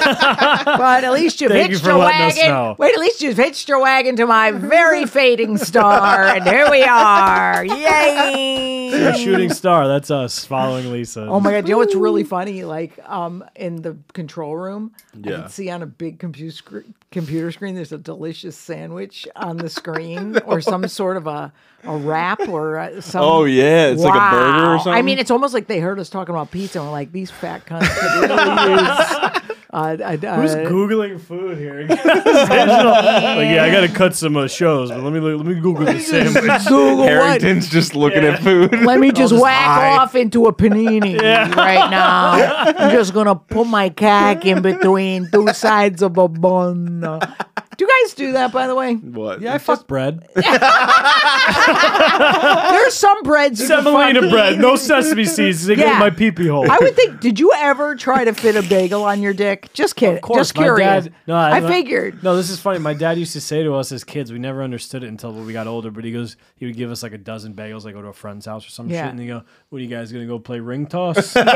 Speaker 1: at least you've
Speaker 2: Thank you
Speaker 1: hitched
Speaker 2: for
Speaker 1: a
Speaker 2: letting us
Speaker 1: wagon.
Speaker 2: know.
Speaker 1: Wait, at least you've hitched your wagon to my very fading star, and here we are. Yay!
Speaker 2: A shooting star. That's us following Lisa.
Speaker 1: Oh my god! You know what's really funny? Like, um, in the control room, I
Speaker 3: Yeah.
Speaker 1: can see on a big computer scre- computer screen. There's a delicious sandwich on the screen, or some sort of a a wrap, or uh some.
Speaker 3: Oh yeah, it's like a burger or
Speaker 1: Wow.
Speaker 3: something.
Speaker 1: I mean, it's almost like they heard us talking about pizza and were like, "These fat cunts could really use." Uh, uh, uh,
Speaker 2: Who's googling food here? like, yeah, I gotta cut some uh, shows, but let me let me Google this sandwich.
Speaker 1: Google what?
Speaker 3: Harrington's just looking at food.
Speaker 1: Let me just
Speaker 2: just
Speaker 1: whack
Speaker 2: hide.
Speaker 1: off into a panini right now. I'm just gonna put my cock in between two sides of a bun. Do you guys do that, by the way?
Speaker 3: what?
Speaker 2: I fuck bread.
Speaker 1: There's some breads. You can
Speaker 2: Semolina
Speaker 1: fuck-
Speaker 2: bread, no sesame seeds. They go
Speaker 1: Yeah.
Speaker 2: in my peepee hole.
Speaker 1: I would think. Did you ever try to fit a bagel on your dick? Just kidding.
Speaker 2: Of course,
Speaker 1: just
Speaker 2: my
Speaker 1: curious.
Speaker 2: dad- no,
Speaker 1: I,
Speaker 2: no-
Speaker 1: figured.
Speaker 2: No, this is funny. My dad used to say to us as kids, we never understood it until we got older. But he goes, he would give us like a dozen bagels, like go to a friend's house or some
Speaker 1: Yeah.
Speaker 2: shit, and he go, "What are you guys gonna go play ring toss?"
Speaker 1: Yeah.
Speaker 2: We-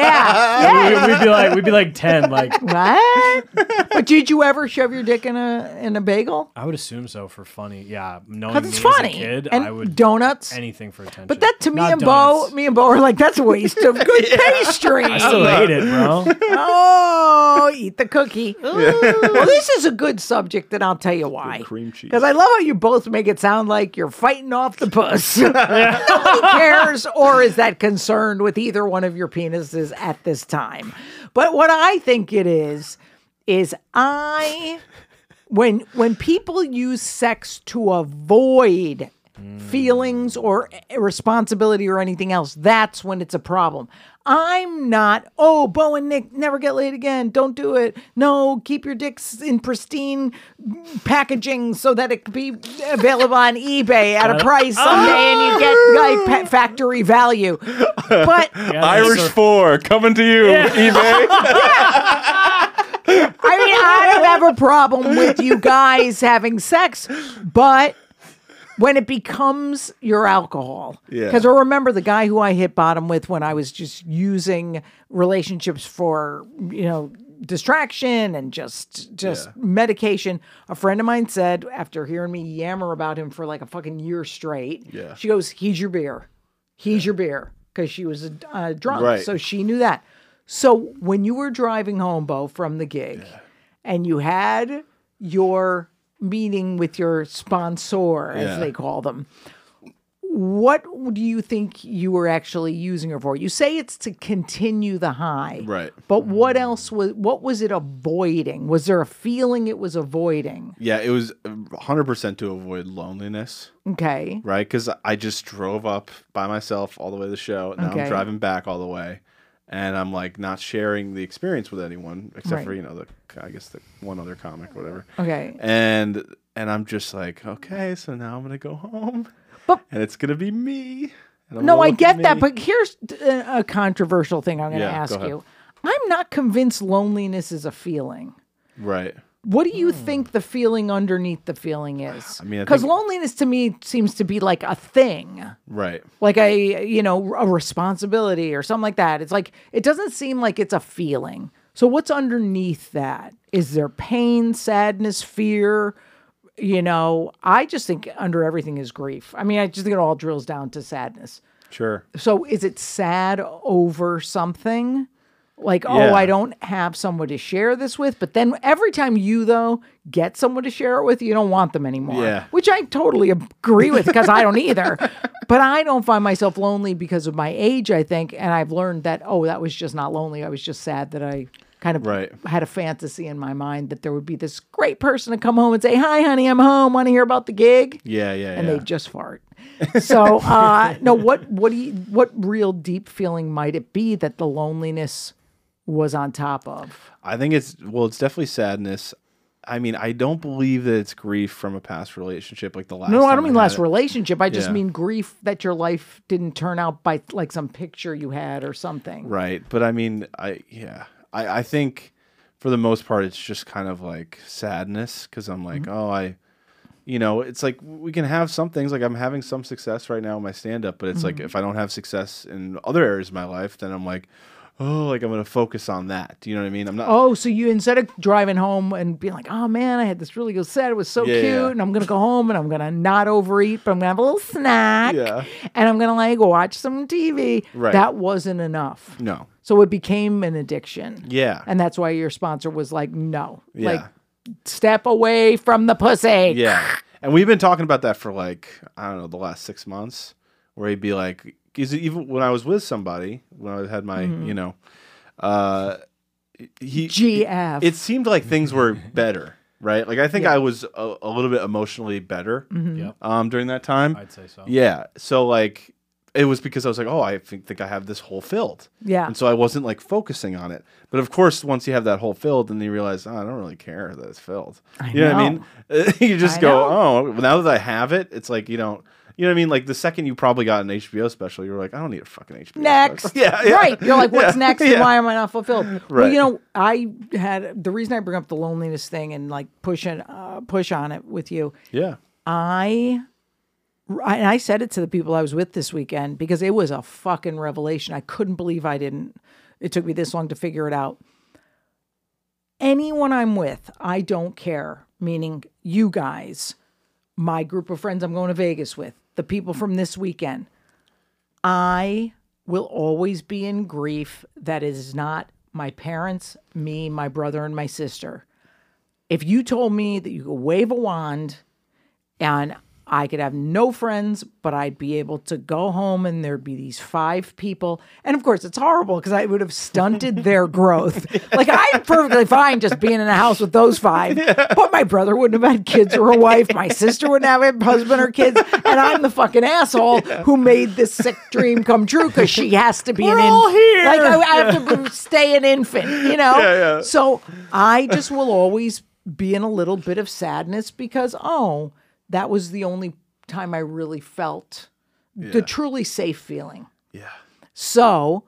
Speaker 1: yeah.
Speaker 2: we'd be like, we'd be like ten. Like
Speaker 1: What? But did you ever shove your dick in a in a bagel?
Speaker 2: I would assume so for funny. Yeah, knowing
Speaker 1: Because
Speaker 2: me
Speaker 1: it's
Speaker 2: as
Speaker 1: funny.
Speaker 2: a kid,
Speaker 1: and
Speaker 2: I would
Speaker 1: donuts.
Speaker 2: anything for attention.
Speaker 1: but that to me
Speaker 2: Not
Speaker 1: and
Speaker 2: donuts.
Speaker 1: Bo, me and Bo are like that's a waste of good pastry.
Speaker 2: I still hate it, bro.
Speaker 1: Oh, eat the cookie. well, this is a good subject, and I'll tell you why.
Speaker 3: cream cheese.
Speaker 1: Because I love how you both make it sound like you're fighting off the puss. Nobody cares or is that concerned with either one of your penises at this time. But what I think it is, is I when when people use sex to avoid feelings or responsibility or anything else that's when it's a problem i'm not oh bo and nick never get laid again don't do it no keep your dicks in pristine packaging so that it could be available on ebay at a price someday and you get like pa- factory value but
Speaker 2: Yeah,
Speaker 3: Irish
Speaker 2: that's a-
Speaker 3: four coming to you, eBay.
Speaker 1: I mean, I don't have a problem with you guys having sex, but when it becomes your alcohol,
Speaker 3: Yeah.
Speaker 1: because I remember the guy who I hit bottom with when I was just using relationships for you know distraction and just just medication. A friend of mine said after hearing me yammer about him for like a fucking year straight,
Speaker 3: Yeah.
Speaker 1: she goes, "He's your beer. He's your beer." Because she was a uh, drunk,
Speaker 3: Right.
Speaker 1: so she knew that. So when you were driving home, Bo, from the gig, and you had your meeting with your sponsor, as
Speaker 3: Yeah.
Speaker 1: they call them, what do you think you were actually using her for? You say it's to continue the high,
Speaker 3: Right.
Speaker 1: But what else was? What was it avoiding? Was there a feeling it was avoiding?
Speaker 3: Yeah, it was 100% to avoid loneliness,
Speaker 1: Okay,
Speaker 3: right? Because I just drove up by myself all the way to the show. Now
Speaker 1: Okay.
Speaker 3: I'm driving back all the way. And I'm like not sharing the experience with anyone except
Speaker 1: Right.
Speaker 3: for, you know, the, I guess the one other comic, whatever.
Speaker 1: okay.
Speaker 3: And, and I'm just like, okay, so now I'm going to go home.
Speaker 1: But-
Speaker 3: and it's going to be me. and I'm
Speaker 1: No,
Speaker 3: gonna
Speaker 1: I
Speaker 3: look at
Speaker 1: get that,
Speaker 3: me.
Speaker 1: but here's uh, a controversial thing I'm going to
Speaker 3: Yeah, go
Speaker 1: ask
Speaker 3: ahead.
Speaker 1: you. I'm not convinced loneliness is a feeling.
Speaker 3: Right.
Speaker 1: What do you think the feeling underneath the feeling is?
Speaker 3: mean, Hmm. I
Speaker 1: because
Speaker 3: think-
Speaker 1: loneliness to me seems to be like a thing,
Speaker 3: Right.
Speaker 1: like a you know a responsibility or something like that. It's like it doesn't seem like it's a feeling. So what's underneath that? Is there pain, sadness, fear? You know, I just think under everything is grief. I mean, I just think it all drills down to sadness.
Speaker 3: Sure.
Speaker 1: So is it sad over something? Like,
Speaker 3: Yeah.
Speaker 1: oh, I don't have someone to share this with. But then every time you, though, get someone to share it with, you don't want them anymore.
Speaker 3: Yeah.
Speaker 1: Which I totally agree with because I don't either. But I don't find myself lonely because of my age, I think. And I've learned that, oh, that was just not lonely. I was just sad that I kind of
Speaker 3: Right.
Speaker 1: had a fantasy in my mind that there would be this great person to come home and say, hi, honey, I'm home. Want to hear about the gig?
Speaker 3: Yeah, yeah,
Speaker 1: and
Speaker 3: yeah.
Speaker 1: they just fart. So uh, no, what what do you, what real deep feeling might it be that the loneliness was on top of?
Speaker 3: I think it's well, it's definitely sadness. I mean, I don't believe that it's grief from a past relationship, like the last.
Speaker 1: No, I
Speaker 3: time
Speaker 1: don't mean
Speaker 3: had
Speaker 1: last
Speaker 3: it.
Speaker 1: relationship. I just
Speaker 3: Yeah.
Speaker 1: mean grief that your life didn't turn out by like some picture you had or something.
Speaker 3: Right, but I mean, I yeah, I I think for the most part, it's just kind of like sadness because I'm
Speaker 1: Mm-hmm.
Speaker 3: like, oh, I, you know, it's like we can have some things. Like I'm having some success right now in my stand up, but it's
Speaker 1: Mm-hmm.
Speaker 3: like if I don't have success in other areas of my life, then I'm like, oh, like I'm gonna focus on that. Do you know what I mean? I'm not.
Speaker 1: Oh, so you instead of driving home and being like, "Oh man, I had this really good set. It was so
Speaker 3: Yeah,
Speaker 1: cute,"
Speaker 3: yeah.
Speaker 1: and I'm gonna go home and I'm gonna not overeat, but I'm gonna have a little snack,
Speaker 3: Yeah.
Speaker 1: and I'm gonna like watch some TV.
Speaker 3: Right.
Speaker 1: That wasn't enough.
Speaker 3: No.
Speaker 1: So it became an addiction.
Speaker 3: Yeah.
Speaker 1: And that's why your sponsor was like, no,
Speaker 3: Yeah.
Speaker 1: like, step away from the pussy.
Speaker 3: Yeah. And we've been talking about that for like, I don't know, the last six months, where he'd be like, because even when I was with somebody, when I had my, you know, uh, he,
Speaker 1: GF.
Speaker 3: it seemed like things were better, right? Like, I think I was a, a little bit emotionally better
Speaker 2: Yep.
Speaker 3: um, during that time.
Speaker 2: I'd say so.
Speaker 3: Yeah. So, like, it was because I was like, oh, I think, think I have this hole filled.
Speaker 1: Yeah.
Speaker 3: And so I wasn't like focusing on it. But of course, once you have that hole filled, and you realize, oh, I don't really care that it's filled. you know, what I mean? you just
Speaker 1: I
Speaker 3: go,
Speaker 1: know.
Speaker 3: oh, now that I have it, it's like you don't. You know what I mean? Like the second you probably got an HBO special, you're like, I don't need a fucking HBO. special.
Speaker 1: next.
Speaker 3: Yeah, yeah.
Speaker 1: Right. You're like, what's
Speaker 3: Yeah,
Speaker 1: next and
Speaker 3: yeah.
Speaker 1: why am I not fulfilled? Right. Well,
Speaker 3: Right.
Speaker 1: you know, I had the reason I bring up the loneliness thing and like push it, uh, push on it with you.
Speaker 3: Yeah.
Speaker 1: I, I, and I said it to the people I was with this weekend because it was a fucking revelation. I couldn't believe I didn't. It took me this long to figure it out. Anyone I'm with, I don't care, meaning you guys, my group of friends I'm going to Vegas with, the people from this weekend. I will always be in grief that it is not my parents, me, my brother, and my sister. If you told me that you could wave a wand and I could have no friends, but I'd be able to go home and there'd be these five people. And of course, it's horrible because I would have stunted their growth. Like, I'm perfectly fine just being in a house with those five, but my brother wouldn't have had kids or a wife. My sister wouldn't have a husband or kids. And I'm the fucking asshole who made this sick dream come true because she has to be an infant.
Speaker 3: all here.
Speaker 1: Like, I, I have to stay an infant, you know? So I just will always be in a little bit of sadness because, oh, that was the only time I really felt the truly safe feeling.
Speaker 3: Yeah.
Speaker 1: So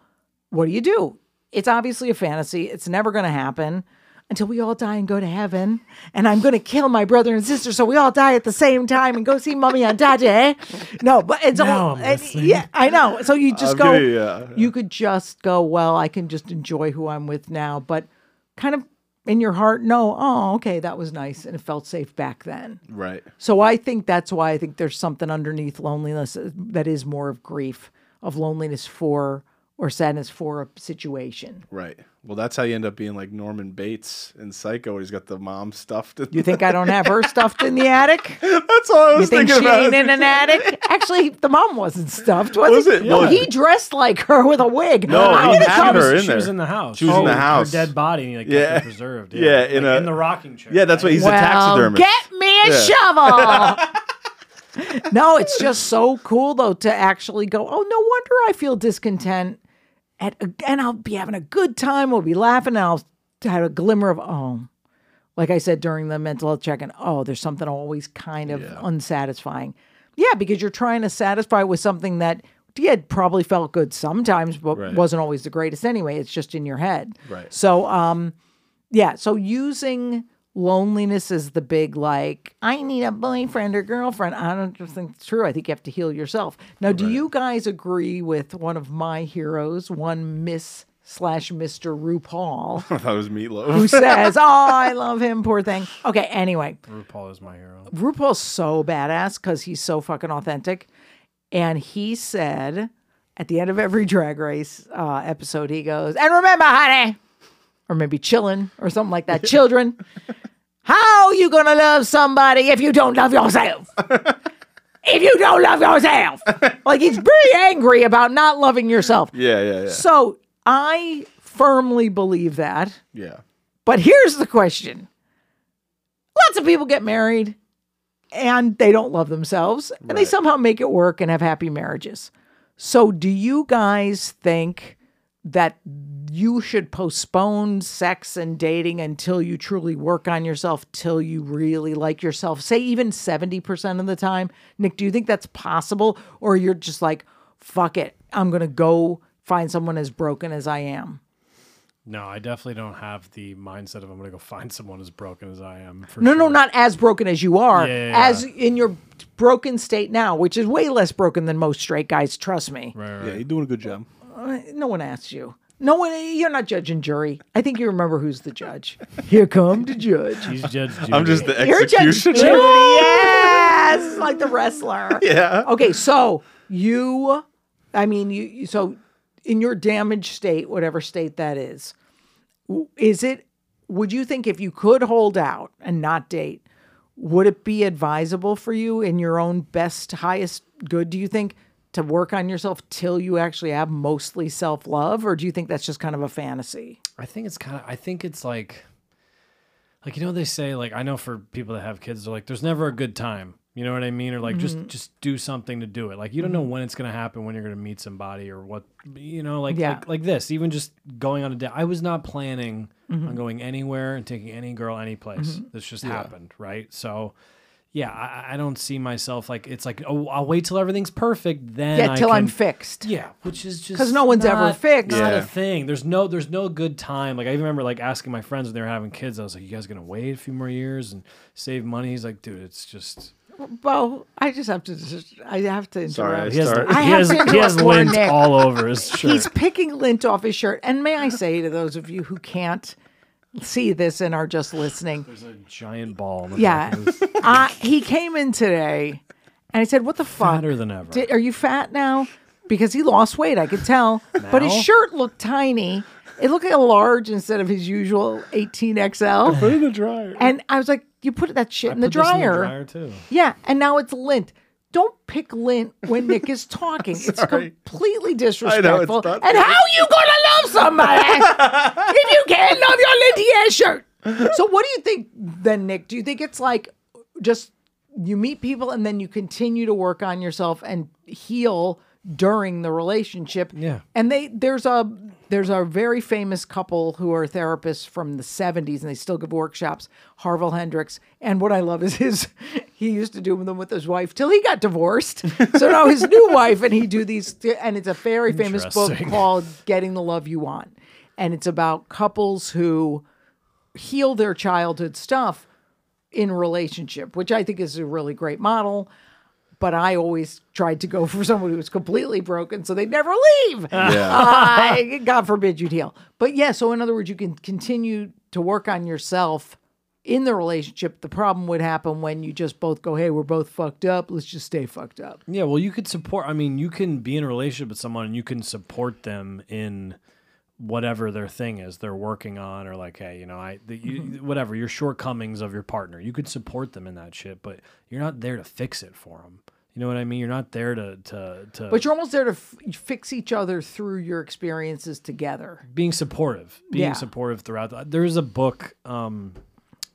Speaker 1: what do you do? It's obviously a fantasy, it's never going to happen. until we all die and go to heaven. And I'm going to kill my brother and sister so we all die at the same time and go see mommy and daddy. No, but it's
Speaker 2: Now
Speaker 1: all.
Speaker 2: I'm
Speaker 1: and-
Speaker 2: listening.
Speaker 1: yeah, I know. So you just
Speaker 3: I'm
Speaker 1: go.
Speaker 3: gonna- yeah,
Speaker 1: You could just go, well, I can just enjoy who I'm with now. But kind of in your heart, no, oh, okay, that was nice. And it felt safe back then.
Speaker 3: Right.
Speaker 1: So I think that's why I think there's something underneath loneliness uh, that is more of grief, of loneliness for or sadness for a situation.
Speaker 3: Right. Well, that's how you end up being like Norman Bates in Psycho. Where he's got the mom stuffed. In
Speaker 1: You think I don't have her stuffed in the attic?
Speaker 3: that's all I
Speaker 1: You
Speaker 3: was
Speaker 1: think
Speaker 3: thinking
Speaker 1: she
Speaker 3: about.
Speaker 1: ain't in an attic? Actually, the mom wasn't stuffed, was,
Speaker 3: Was
Speaker 1: he?
Speaker 3: it?
Speaker 1: No,
Speaker 3: Yeah.
Speaker 1: he dressed like her with a wig.
Speaker 3: No,
Speaker 1: I'm
Speaker 3: he
Speaker 1: gonna
Speaker 3: had
Speaker 1: come-
Speaker 3: her in
Speaker 2: she
Speaker 3: there.
Speaker 2: was in the house. Oh.
Speaker 3: She was in the house.
Speaker 2: Her dead body, and he like
Speaker 3: Yeah.
Speaker 2: kept her preserved. Yeah,
Speaker 3: Yeah,
Speaker 2: Like,
Speaker 3: in
Speaker 2: in,
Speaker 3: a-
Speaker 2: the rocking chair.
Speaker 3: yeah, that's what
Speaker 2: right?
Speaker 3: he's a
Speaker 1: Well,
Speaker 3: taxidermist.
Speaker 1: Get me a shovel. no, it's just so cool though to actually go, oh, no wonder I feel discontent. At, and I'll be having a good time. We'll be laughing. And I'll have a glimmer of, oh, like I said during the mental health check in, oh, there's something always kind of unsatisfying. Yeah, because you're trying to satisfy with something that, yeah, it probably felt good sometimes, but
Speaker 3: Right.
Speaker 1: wasn't always the greatest anyway. It's just in your head.
Speaker 3: Right.
Speaker 1: So, um, yeah. So using loneliness as the big like, I need a boyfriend or girlfriend. I don't just think it's true. I think you have to heal yourself. Now, do you guys agree with one of my heroes, one Miss slash Mr. RuPaul,
Speaker 3: I thought it was meatloaf.
Speaker 1: who says, Oh, I love him, poor thing. Okay, anyway.
Speaker 2: RuPaul is my hero.
Speaker 1: RuPaul's so badass because he's so fucking authentic. And he said at the end of every drag race uh, episode, he goes, and remember, honey, or maybe chillin' or something like that, children, how you gonna love somebody if you don't love yourself? if you don't love yourself. like he's pretty angry about not loving yourself.
Speaker 3: yeah, yeah, yeah.
Speaker 1: So I firmly believe that.
Speaker 3: Yeah.
Speaker 1: But here's the question lots of people get married and they don't love themselves and they
Speaker 3: Right.
Speaker 1: somehow make it work and have happy marriages. So, do you guys think that you should postpone sex and dating until you truly work on yourself, till you really like yourself? Say, even 70% of the time. Nick, do you think that's possible? Or you're just like, fuck it, I'm going to go find someone as broken as I am?
Speaker 2: No, I definitely don't have the mindset of I'm going to go find someone as broken as I am. For
Speaker 1: No,
Speaker 2: sure.
Speaker 1: no, not as broken as you are,
Speaker 2: Yeah, yeah,
Speaker 1: as in your broken state now, which is way less broken than most straight guys. Trust me.
Speaker 2: Right, right.
Speaker 3: Yeah, you're doing a good job.
Speaker 1: No one asks you. No one. You're not judge and jury. I think you remember who's the judge. Here come the judge.
Speaker 2: He's Judge Judy.
Speaker 3: I'm just the
Speaker 1: You're judge Judy.
Speaker 3: executioner.
Speaker 1: Yes, like the wrestler.
Speaker 3: Yeah.
Speaker 1: Okay, so you, I mean, you, you. So, in your damaged state, whatever state that is, w- is it? Would you think if you could hold out and not date, would it be advisable for you in your own best, highest good? Do you think to work on yourself till you actually have mostly self love, or do you think that's just kind of a fantasy?
Speaker 2: I think it's kind of. I think it's like, like you know, they say like I know for people that have kids, they're like, there's never a good time. You know what I mean? Or like
Speaker 1: Mm-hmm.
Speaker 2: just just do something to do it. Like you don't know when it's gonna happen, when you're gonna meet somebody, or what you know, like
Speaker 1: Yeah.
Speaker 2: like, like this. Even just going on a date, I was not planning
Speaker 1: Mm-hmm.
Speaker 2: on going anywhere and taking any girl any place. This just happened, right? So. Yeah, I, I don't see myself like it's like oh I'll wait till everything's perfect then
Speaker 1: Yeah,
Speaker 2: I
Speaker 1: till I'm
Speaker 2: can-
Speaker 1: fixed.
Speaker 2: yeah, which is just
Speaker 1: 'Cause no one's ever
Speaker 2: not-
Speaker 1: fixed.
Speaker 2: Not
Speaker 3: Yeah.
Speaker 2: a thing. There's no there's no good time. Like I even remember like asking my friends when they were having kids. I was like, "You guys gonna wait a few more years and save money?" He's like, "Dude, it's just."
Speaker 1: Well, I just have to. I have to interrupt.
Speaker 3: Sorry, I
Speaker 2: He has,
Speaker 3: Start.
Speaker 2: he
Speaker 1: I have
Speaker 2: has,
Speaker 1: to
Speaker 2: he has
Speaker 1: interrupt poor
Speaker 2: lint
Speaker 1: Nick.
Speaker 2: all over his shirt.
Speaker 1: He's picking lint off his shirt. And may I say to those of you who can't see this and are just listening,
Speaker 2: There's a giant ball. on the
Speaker 1: yeah,
Speaker 2: back of his-
Speaker 1: uh, he came in today, and I said, "What the fuck?
Speaker 2: Fatter than ever.
Speaker 1: Di- are you fat now?" Because he lost weight, I could tell. But his
Speaker 2: Now?
Speaker 1: shirt looked tiny. It looked like a large instead of his usual 18XL.
Speaker 3: Put in the dryer.
Speaker 1: And I was like, "You put that shit in the,
Speaker 2: Put this in the
Speaker 1: dryer.
Speaker 2: dryer too.
Speaker 1: Yeah, and now it's lint. Don't pick lint when Nick is talking. it's
Speaker 3: Sorry.
Speaker 1: completely disrespectful.
Speaker 3: not
Speaker 1: and how you gonna love somebody if you can't love your linty ass shirt? So what do you think then, Nick? Do you think it's like just you meet people and then you continue to work on yourself and heal during the relationship?
Speaker 2: Yeah.
Speaker 1: And they there's a there's a very famous couple who are therapists from the 70s and they still give workshops, Harville Hendrix. And what I love is his he used to do them with his wife till he got divorced. So now his new wife and he do these and it's a very famous book
Speaker 2: Interesting.
Speaker 1: called Getting the Love You Want. And it's about couples who heal their childhood stuff in relationship, which I think is a really great model. But I always tried to go for someone who was completely broken, so they'd never leave.
Speaker 3: Yeah.
Speaker 1: I, God forbid you'd heal. But yeah, so in other words, you can continue to work on yourself in the relationship. The problem would happen when you just both go, hey, we're both fucked up. Let's just stay fucked up.
Speaker 2: Yeah, well, you could support. I mean, you can be in a relationship with someone and you can support them in whatever their thing is they're working on, or like, hey, you know, I, the, you,
Speaker 1: Mm-hmm.
Speaker 2: whatever your shortcomings of your partner, you could support them in that shit, but you're not there to fix it for them. You know what I mean? You're not there to to to
Speaker 1: But you're almost there to f- fix each other through your experiences together.
Speaker 2: being supportive, being
Speaker 1: Yeah.
Speaker 2: supportive throughout. The, there's a book. Um,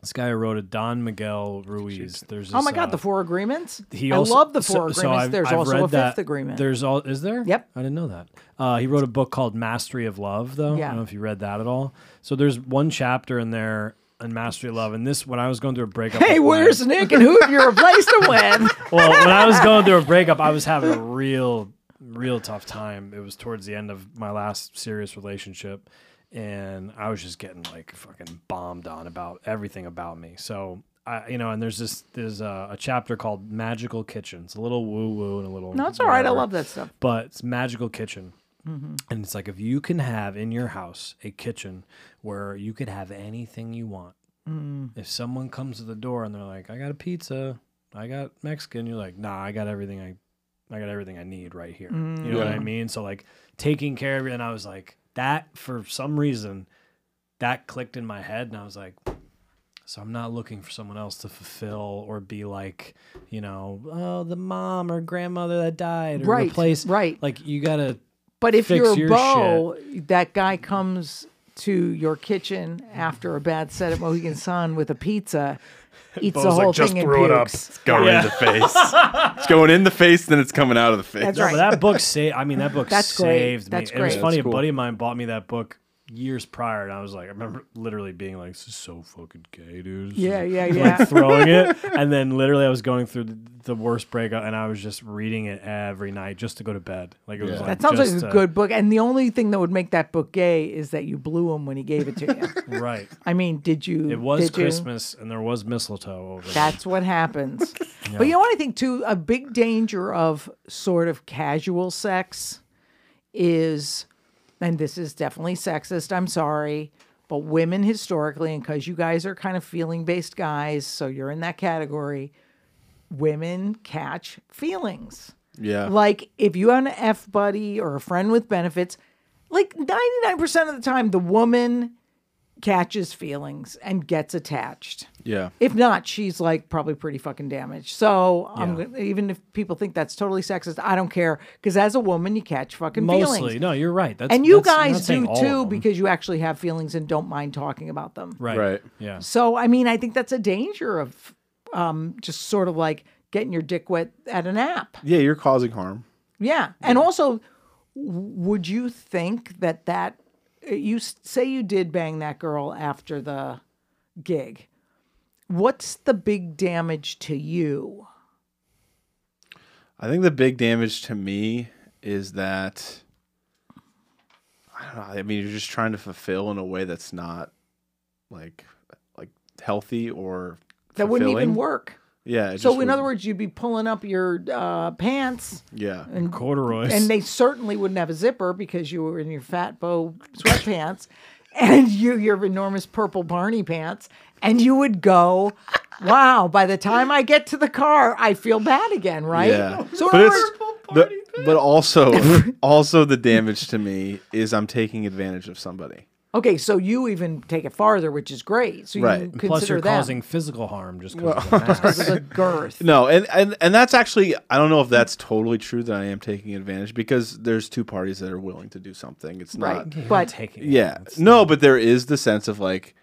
Speaker 2: this guy who wrote it, Don Miguel Ruiz. There's this,
Speaker 1: Oh my God,
Speaker 2: uh,
Speaker 1: the four agreements.
Speaker 2: he
Speaker 1: I
Speaker 2: also-
Speaker 1: love the
Speaker 2: so-
Speaker 1: four agreements.
Speaker 2: so I've-
Speaker 1: There's
Speaker 2: I've
Speaker 1: also
Speaker 2: read
Speaker 1: a fifth
Speaker 2: that.
Speaker 1: agreement.
Speaker 2: There's all is there?
Speaker 1: Yep.
Speaker 2: I didn't know that. Uh, he wrote a book called Mastery of Love, though. I
Speaker 1: Yeah.
Speaker 2: don't know if you read that at all. So there's one chapter in there on Mastery of Love, and this when I was going through a breakup.
Speaker 1: hey,
Speaker 2: with my-
Speaker 1: where's Nick and who have you replaced him with?
Speaker 2: well, when I was going through a breakup, I was having a real, real tough time. It was towards the end of my last serious relationship, and I was just getting like fucking bombed on about everything about me. So I, you know, and there's this there's a, a chapter called Magical Kitchen. It's a little woo woo and a little.
Speaker 1: No, it's all right. I
Speaker 2: whatever
Speaker 1: love that stuff.
Speaker 2: but it's magical kitchen and it's like if you can have in your house a kitchen where you could have anything you want if someone comes to the door and they're like i got a pizza i got mexican you're like nah i got everything i i got everything i need right here
Speaker 1: Mm,
Speaker 2: you know what i
Speaker 3: Yeah.
Speaker 2: mean so like taking care of it and i was like that for some reason that clicked in my head and i was like so I'm not looking for someone else to fulfill or be like, you know, oh, the mom or grandmother that died or
Speaker 1: Right,
Speaker 2: replace.
Speaker 1: right.
Speaker 2: Like you gotta.
Speaker 1: But if
Speaker 2: Fix
Speaker 1: you're
Speaker 2: your
Speaker 1: Bo, that guy comes to your kitchen after a bad set at Mohegan Sun with a pizza, eats the whole thing and pukes.
Speaker 3: It's going in the face. it's going in the face, then it's coming out of the face.
Speaker 1: That's
Speaker 2: No,
Speaker 1: right.
Speaker 2: but that book saved. I mean, that book
Speaker 1: That's great.
Speaker 2: saved me.
Speaker 1: That's
Speaker 2: It was
Speaker 1: great.
Speaker 2: funny.
Speaker 3: That's cool.
Speaker 2: A buddy of mine bought me that book years prior, and I was like, I remember literally being like, "This is so fucking gay, dude." This is
Speaker 1: Yeah, yeah, yeah.
Speaker 2: throwing it. And then literally, I was going through the, the worst breakup, and I was just reading it every night just to go to bed. Like it was.
Speaker 3: Yeah.
Speaker 2: Like,
Speaker 1: That sounds like
Speaker 2: just uh,
Speaker 1: a
Speaker 2: to-
Speaker 1: good book. And the only thing that would make that book gay is that you blew him when he gave it to you.
Speaker 2: Right.
Speaker 1: I mean, did you?
Speaker 2: It was
Speaker 1: did you?
Speaker 2: Christmas, and there was mistletoe over. there.
Speaker 1: That's what happens. But you know what I think too? A big danger of sort of casual sex is, and this is definitely sexist, I'm sorry, but women historically, and because you guys are kind of feeling based guys, so you're in that category, women catch feelings.
Speaker 3: Yeah.
Speaker 1: Like if you have an F buddy or a friend with benefits, like 99% of the time, the woman catches feelings and gets attached.
Speaker 3: yeah.
Speaker 1: If not, she's like probably pretty fucking damaged. So I'm gonna, even if people think that's totally sexist, I don't care because as a woman, you catch fucking
Speaker 2: Mostly,
Speaker 1: feelings,
Speaker 2: no, you're right. That's,
Speaker 1: and you
Speaker 2: that's- I'm not
Speaker 1: guys
Speaker 2: saying
Speaker 1: do
Speaker 2: all of
Speaker 1: too
Speaker 2: them.
Speaker 1: because you actually have feelings and don't mind talking about them.
Speaker 2: right,
Speaker 3: Right.
Speaker 2: yeah,
Speaker 1: So I mean, I think that's a danger of um, just sort of like getting your dick wet at an app.
Speaker 3: Yeah, you're causing harm.
Speaker 1: Yeah. And also, w- would you think that that uh, you s- say you did bang that girl after the gig? What's the big damage to you?
Speaker 3: I think the big damage to me is that I don't know. I mean, you're just trying to fulfill in a way that's not like like healthy or
Speaker 1: That wouldn't even
Speaker 3: fulfilling.
Speaker 1: work.
Speaker 3: Yeah. it
Speaker 1: So,
Speaker 3: just
Speaker 1: in other
Speaker 3: wouldn't-
Speaker 1: words, you'd be pulling up your uh, pants,
Speaker 3: yeah,
Speaker 2: corduroys.
Speaker 1: and they certainly wouldn't have a zipper because you were in your fat bow sweatpants and you your enormous purple Barney pants, and you would go, "Wow!" By the time I get to the car, I feel bad again, right?
Speaker 3: yeah.
Speaker 1: So, in
Speaker 3: but
Speaker 1: other
Speaker 3: it's
Speaker 1: words-
Speaker 3: the, but also also the damage to me is I'm taking advantage of somebody.
Speaker 1: Okay, so you even take it farther, which is great. So you
Speaker 3: Right.
Speaker 1: can consider
Speaker 2: Plus, you're
Speaker 1: that
Speaker 2: causing physical harm just because of the mask.
Speaker 1: because of the girth.
Speaker 3: No, and, and and that's actually I don't know if that's totally true that I am taking advantage because there's two parties that are willing to do something. It's
Speaker 1: Right.
Speaker 3: not
Speaker 2: You're
Speaker 1: But-
Speaker 2: taking it.
Speaker 3: Yeah.
Speaker 2: It's-
Speaker 3: No, but there is the sense of like,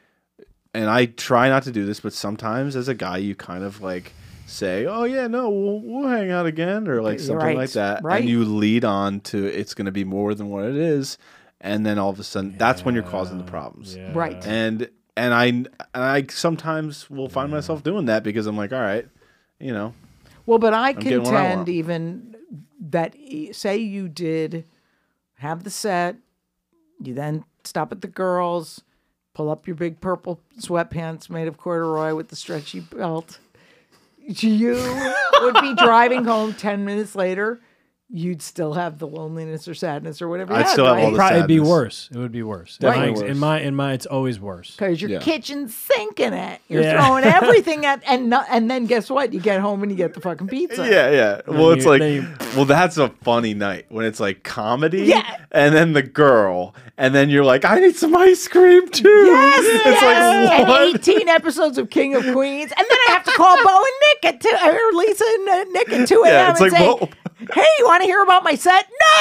Speaker 3: and I try not to do this, but sometimes as a guy, you kind of like say, "Oh yeah, no, we'll, we'll hang out again," or like
Speaker 1: You're
Speaker 3: something
Speaker 1: right,
Speaker 3: like that,
Speaker 1: right.
Speaker 3: and you lead on to it's going to be more than what it is, and then all of a sudden, that's when you're causing the problems.
Speaker 2: yeah.
Speaker 1: Right.
Speaker 3: And and I and I sometimes will find myself doing that because I'm like, all right, you know,
Speaker 1: Well, but I
Speaker 3: getting what I want.
Speaker 1: contend even that e- say you did have the set, you then stop at the girls, Pull up your big purple sweatpants made of corduroy with the stretchy belt. You would be driving home 10 minutes later. You'd still have the loneliness or sadness or whatever. you
Speaker 3: I'd
Speaker 1: had,
Speaker 3: still have
Speaker 1: right?
Speaker 3: all the
Speaker 2: Probably it'd be
Speaker 3: sadness.
Speaker 2: worse. It would be worse. In
Speaker 1: Right.
Speaker 2: my, in my in my it's always worse.
Speaker 1: because your
Speaker 3: Yeah.
Speaker 1: kitchen sink in it. You're
Speaker 2: Yeah.
Speaker 1: throwing everything at and no, and then guess what? You get home and you get the fucking pizza.
Speaker 3: Yeah, yeah. Well, it's
Speaker 2: you-
Speaker 3: like,
Speaker 2: then you-
Speaker 3: well, that's a funny night when it's like comedy,
Speaker 1: Yeah.
Speaker 3: and then the girl, and then you're like, I need some ice cream too.
Speaker 1: Yes,
Speaker 3: it's
Speaker 1: yes.
Speaker 3: like what?
Speaker 1: And 18 episodes of King of Queens, and then I have to call Bo and Nick at two, or Lisa and uh, Nick at two a.m.
Speaker 3: Yeah, it's
Speaker 1: and
Speaker 3: like,
Speaker 1: say,
Speaker 3: well-
Speaker 1: "Hey, you want to hear about my set?" No,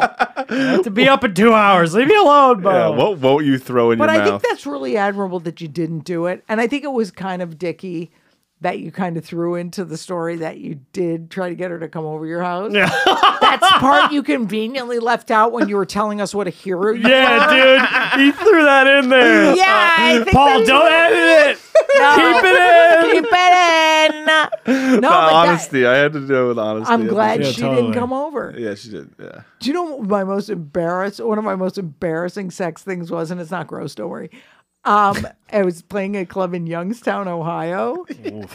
Speaker 2: I have to be up in two hours. Leave me alone, bro.
Speaker 3: Yeah, what won't you throw in
Speaker 1: but
Speaker 3: your
Speaker 1: I think
Speaker 3: mouth?
Speaker 1: that's really admirable that you didn't do it, and I think it was kind of dicky that you kind of threw into the story that you did try to get her to come over your house. that's part you conveniently left out when you were telling us what a hero you
Speaker 2: yeah, dude. He threw that in there.
Speaker 1: Yeah, I think
Speaker 2: Paul,
Speaker 1: that's-
Speaker 2: don't edit it. Keep it in.
Speaker 1: Keep it in. No,
Speaker 3: Uh,
Speaker 1: but that,
Speaker 3: honesty. I had to do it with honesty.
Speaker 1: I'm
Speaker 3: at the
Speaker 1: glad
Speaker 2: Yeah,
Speaker 1: she didn't
Speaker 2: totally.
Speaker 1: come over.
Speaker 3: Yeah, she did. Yeah.
Speaker 1: Do you know what my most embarrassed one of my most embarrassing sex things was? And it's not gross, don't worry. Um, I was playing a club in Youngstown, Ohio,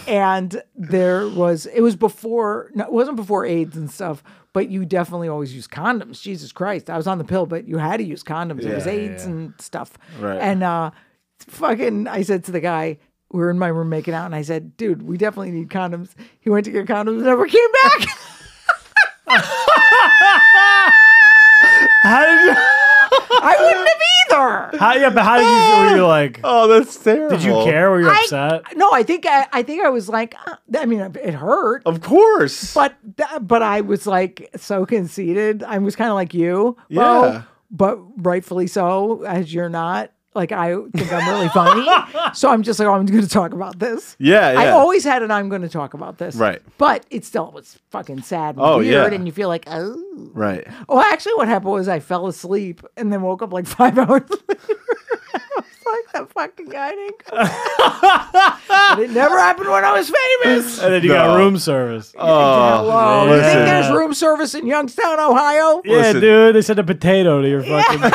Speaker 1: and there was it was before no, it wasn't before AIDS and stuff, but you definitely always use condoms. Jesus Christ, I was on the pill, but you had to use condoms. it was
Speaker 3: Yeah,
Speaker 1: AIDS and stuff,
Speaker 3: Right.
Speaker 1: And uh, fucking, I said to the guy. We were in my room making out, and I said, "Dude, we definitely need condoms." He went to get condoms, and never came back.
Speaker 2: How did you?
Speaker 1: I wouldn't have either.
Speaker 2: How, yeah, but how did you? Were you like?
Speaker 3: Oh, that's terrible.
Speaker 2: Did you care? Were you
Speaker 1: I-
Speaker 2: upset?
Speaker 1: No, I think I, I think I was like, uh, I mean, it hurt,
Speaker 3: Of course.
Speaker 1: but th- but I was like so conceited. I was kind of like you, Bo,
Speaker 3: Yeah.
Speaker 1: but rightfully so, as you're not. Like I think I'm really funny, so I'm just like, oh, I'm going to talk about this.
Speaker 3: yeah, yeah.
Speaker 1: I always had an I'm going to talk about this,
Speaker 3: Right.
Speaker 1: But it still was fucking sad and
Speaker 3: Oh,
Speaker 1: weird,
Speaker 3: yeah.
Speaker 1: and you feel like, oh.
Speaker 3: right.
Speaker 1: Well, actually, what happened was I fell asleep and then woke up like five hours later. I was like, that fucking guy didn't come. but it never happened when I was famous.
Speaker 2: And then you
Speaker 3: No.
Speaker 2: got room service.
Speaker 3: Oh,
Speaker 1: Whoa, you think
Speaker 2: listen.
Speaker 1: there's room service in Youngstown, Ohio?
Speaker 2: yeah,
Speaker 3: listen.
Speaker 2: dude. They sent a potato to your fucking.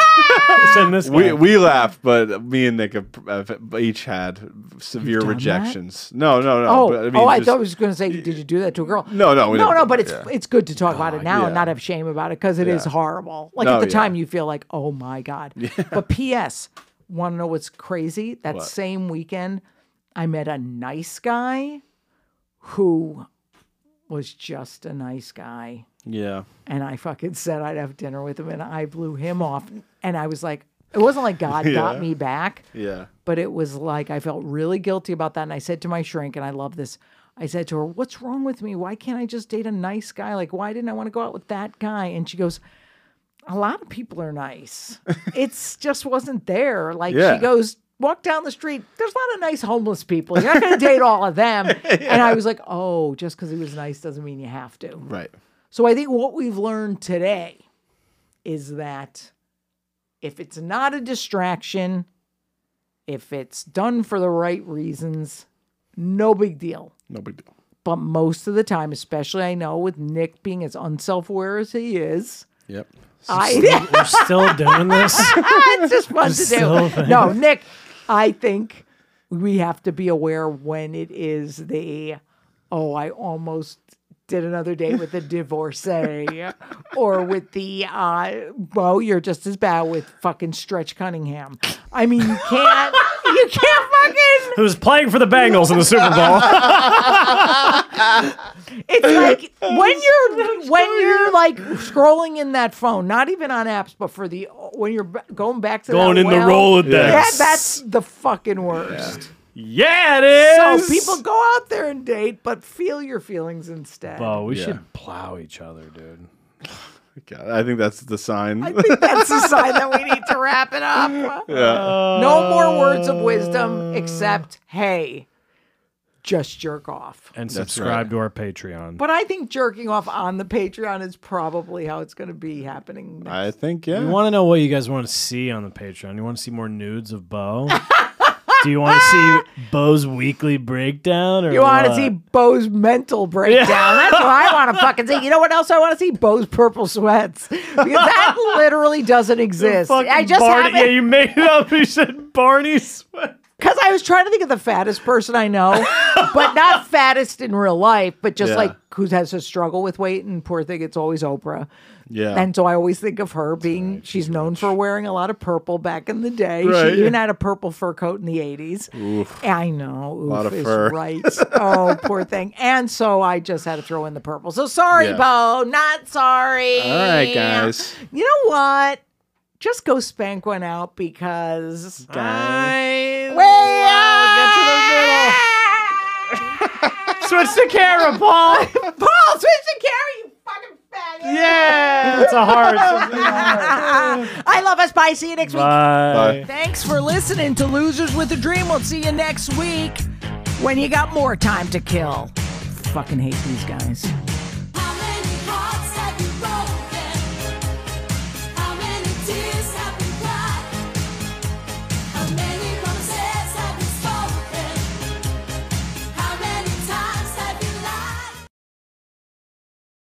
Speaker 2: send this.
Speaker 3: We,
Speaker 2: guy.
Speaker 3: we laugh, but me and Nick have, have each had severe
Speaker 1: done that?
Speaker 3: rejections. No, no, no.
Speaker 1: Oh,
Speaker 3: but mean,
Speaker 1: oh! I
Speaker 3: just-
Speaker 1: thought I was going to say, did you do that to a girl?
Speaker 3: No, no, we
Speaker 1: no,
Speaker 3: didn't.
Speaker 1: no. But it's
Speaker 3: Yeah. Uh,
Speaker 1: it's good to talk about it now and
Speaker 3: yeah.
Speaker 1: not have shame about it because it is horrible. Like
Speaker 3: No,
Speaker 1: at the
Speaker 3: yeah.
Speaker 1: time, you feel like, oh my god. But P.S. Want to know what's crazy? That same weekend, I met a nice guy who was just a nice guy,
Speaker 3: Yeah.
Speaker 1: and I fucking said I'd have dinner with him, and I blew him off, and I was like, it wasn't like God got
Speaker 3: Yeah.
Speaker 1: me back
Speaker 3: Yeah.
Speaker 1: but it was like I felt really guilty about that. And I said to my shrink, and I love this. I said to her, "What's wrong with me? Why can't I just date a nice guy? Like, why didn't I want to go out with that guy?" And she goes, "A lot of people are nice. it's just wasn't there." Like
Speaker 3: Yeah.
Speaker 1: she goes, "Walk down the street. There's a lot of nice homeless people. You're not going to date all of them." And I was like, "Oh, just because he was nice doesn't mean you have to."
Speaker 3: Right.
Speaker 1: So I think what we've learned today is that if it's not a distraction, if it's done for the right reasons, no big deal.
Speaker 3: No big deal.
Speaker 1: But most of the time, especially I know with Nick being as unself aware as he is,
Speaker 3: Yep.
Speaker 1: I
Speaker 2: We're still doing this.
Speaker 1: Ah, it's just fun to
Speaker 2: so
Speaker 1: do. No, Nick, I think we have to be aware when it is the oh, I almost did another date with a divorcee or with the uh well, you're just as bad with fucking Stretch Cunningham. I mean you can't you can't fucking
Speaker 2: Who's playing for the Bengals in the Super Bowl?
Speaker 1: It's like when you're when you're like scrolling in that phone, not even on apps, but for the when you're b- going back to
Speaker 2: Going
Speaker 1: that
Speaker 2: in the
Speaker 1: well,
Speaker 2: Rolodex.
Speaker 1: That, that's the fucking worst.
Speaker 2: Yeah, it is.
Speaker 1: So people go out there and date, but feel your feelings instead.
Speaker 2: Oh, we
Speaker 3: Yeah.
Speaker 2: should plow each other, dude.
Speaker 3: God, I think that's the sign.
Speaker 1: I think that's a sign that we need to wrap it up. no more words of wisdom except hey, just jerk off.
Speaker 2: And
Speaker 3: That's
Speaker 2: subscribe
Speaker 3: right.
Speaker 2: to our Patreon.
Speaker 1: But I think jerking off on the Patreon is probably how it's going to be happening. next
Speaker 3: I think yeah.
Speaker 2: We want to know what you guys want to see on the Patreon. You want to see more nudes of Bo? Do you want to see Bo's weekly breakdown? Or
Speaker 1: You want to
Speaker 2: what?
Speaker 1: see Bo's mental breakdown. That's what I want to fucking see. You know what else I want to see? Bo's purple sweats. Because that literally doesn't exist.
Speaker 2: Fucking
Speaker 1: I just
Speaker 2: Barney-
Speaker 1: haven't.
Speaker 2: Yeah, you made it up. You said Barney Swenson.
Speaker 1: Because I was trying to think of the fattest person I know, but not fattest in real life, but just
Speaker 3: Yeah.
Speaker 1: like who has a struggle with weight. And poor thing, it's always Oprah.
Speaker 3: Yeah.
Speaker 1: And so I always think of her being, she's, known for wearing a lot of purple back in the day.
Speaker 3: Right,
Speaker 1: she even
Speaker 3: yeah.
Speaker 1: had a purple fur coat in the 80s. I know. Oof
Speaker 3: lot of
Speaker 1: is
Speaker 3: fur.
Speaker 1: right. oh, poor thing. And so I just had to throw in the purple. So sorry,
Speaker 3: Yeah.
Speaker 1: Bo. Not sorry.
Speaker 3: All right, guys.
Speaker 1: You know what? Just go spank one out because.
Speaker 2: I
Speaker 1: Way out!
Speaker 2: switch to Kara, Paul.
Speaker 1: Paul, switch to Carrie, you fucking faggot!
Speaker 2: Yeah, it's a heart.
Speaker 1: I love us. Bye. See you next week.
Speaker 2: Bye.
Speaker 1: Thanks for listening to Losers with a Dream. We'll see you next week when you got more time to kill. Fucking hate these guys.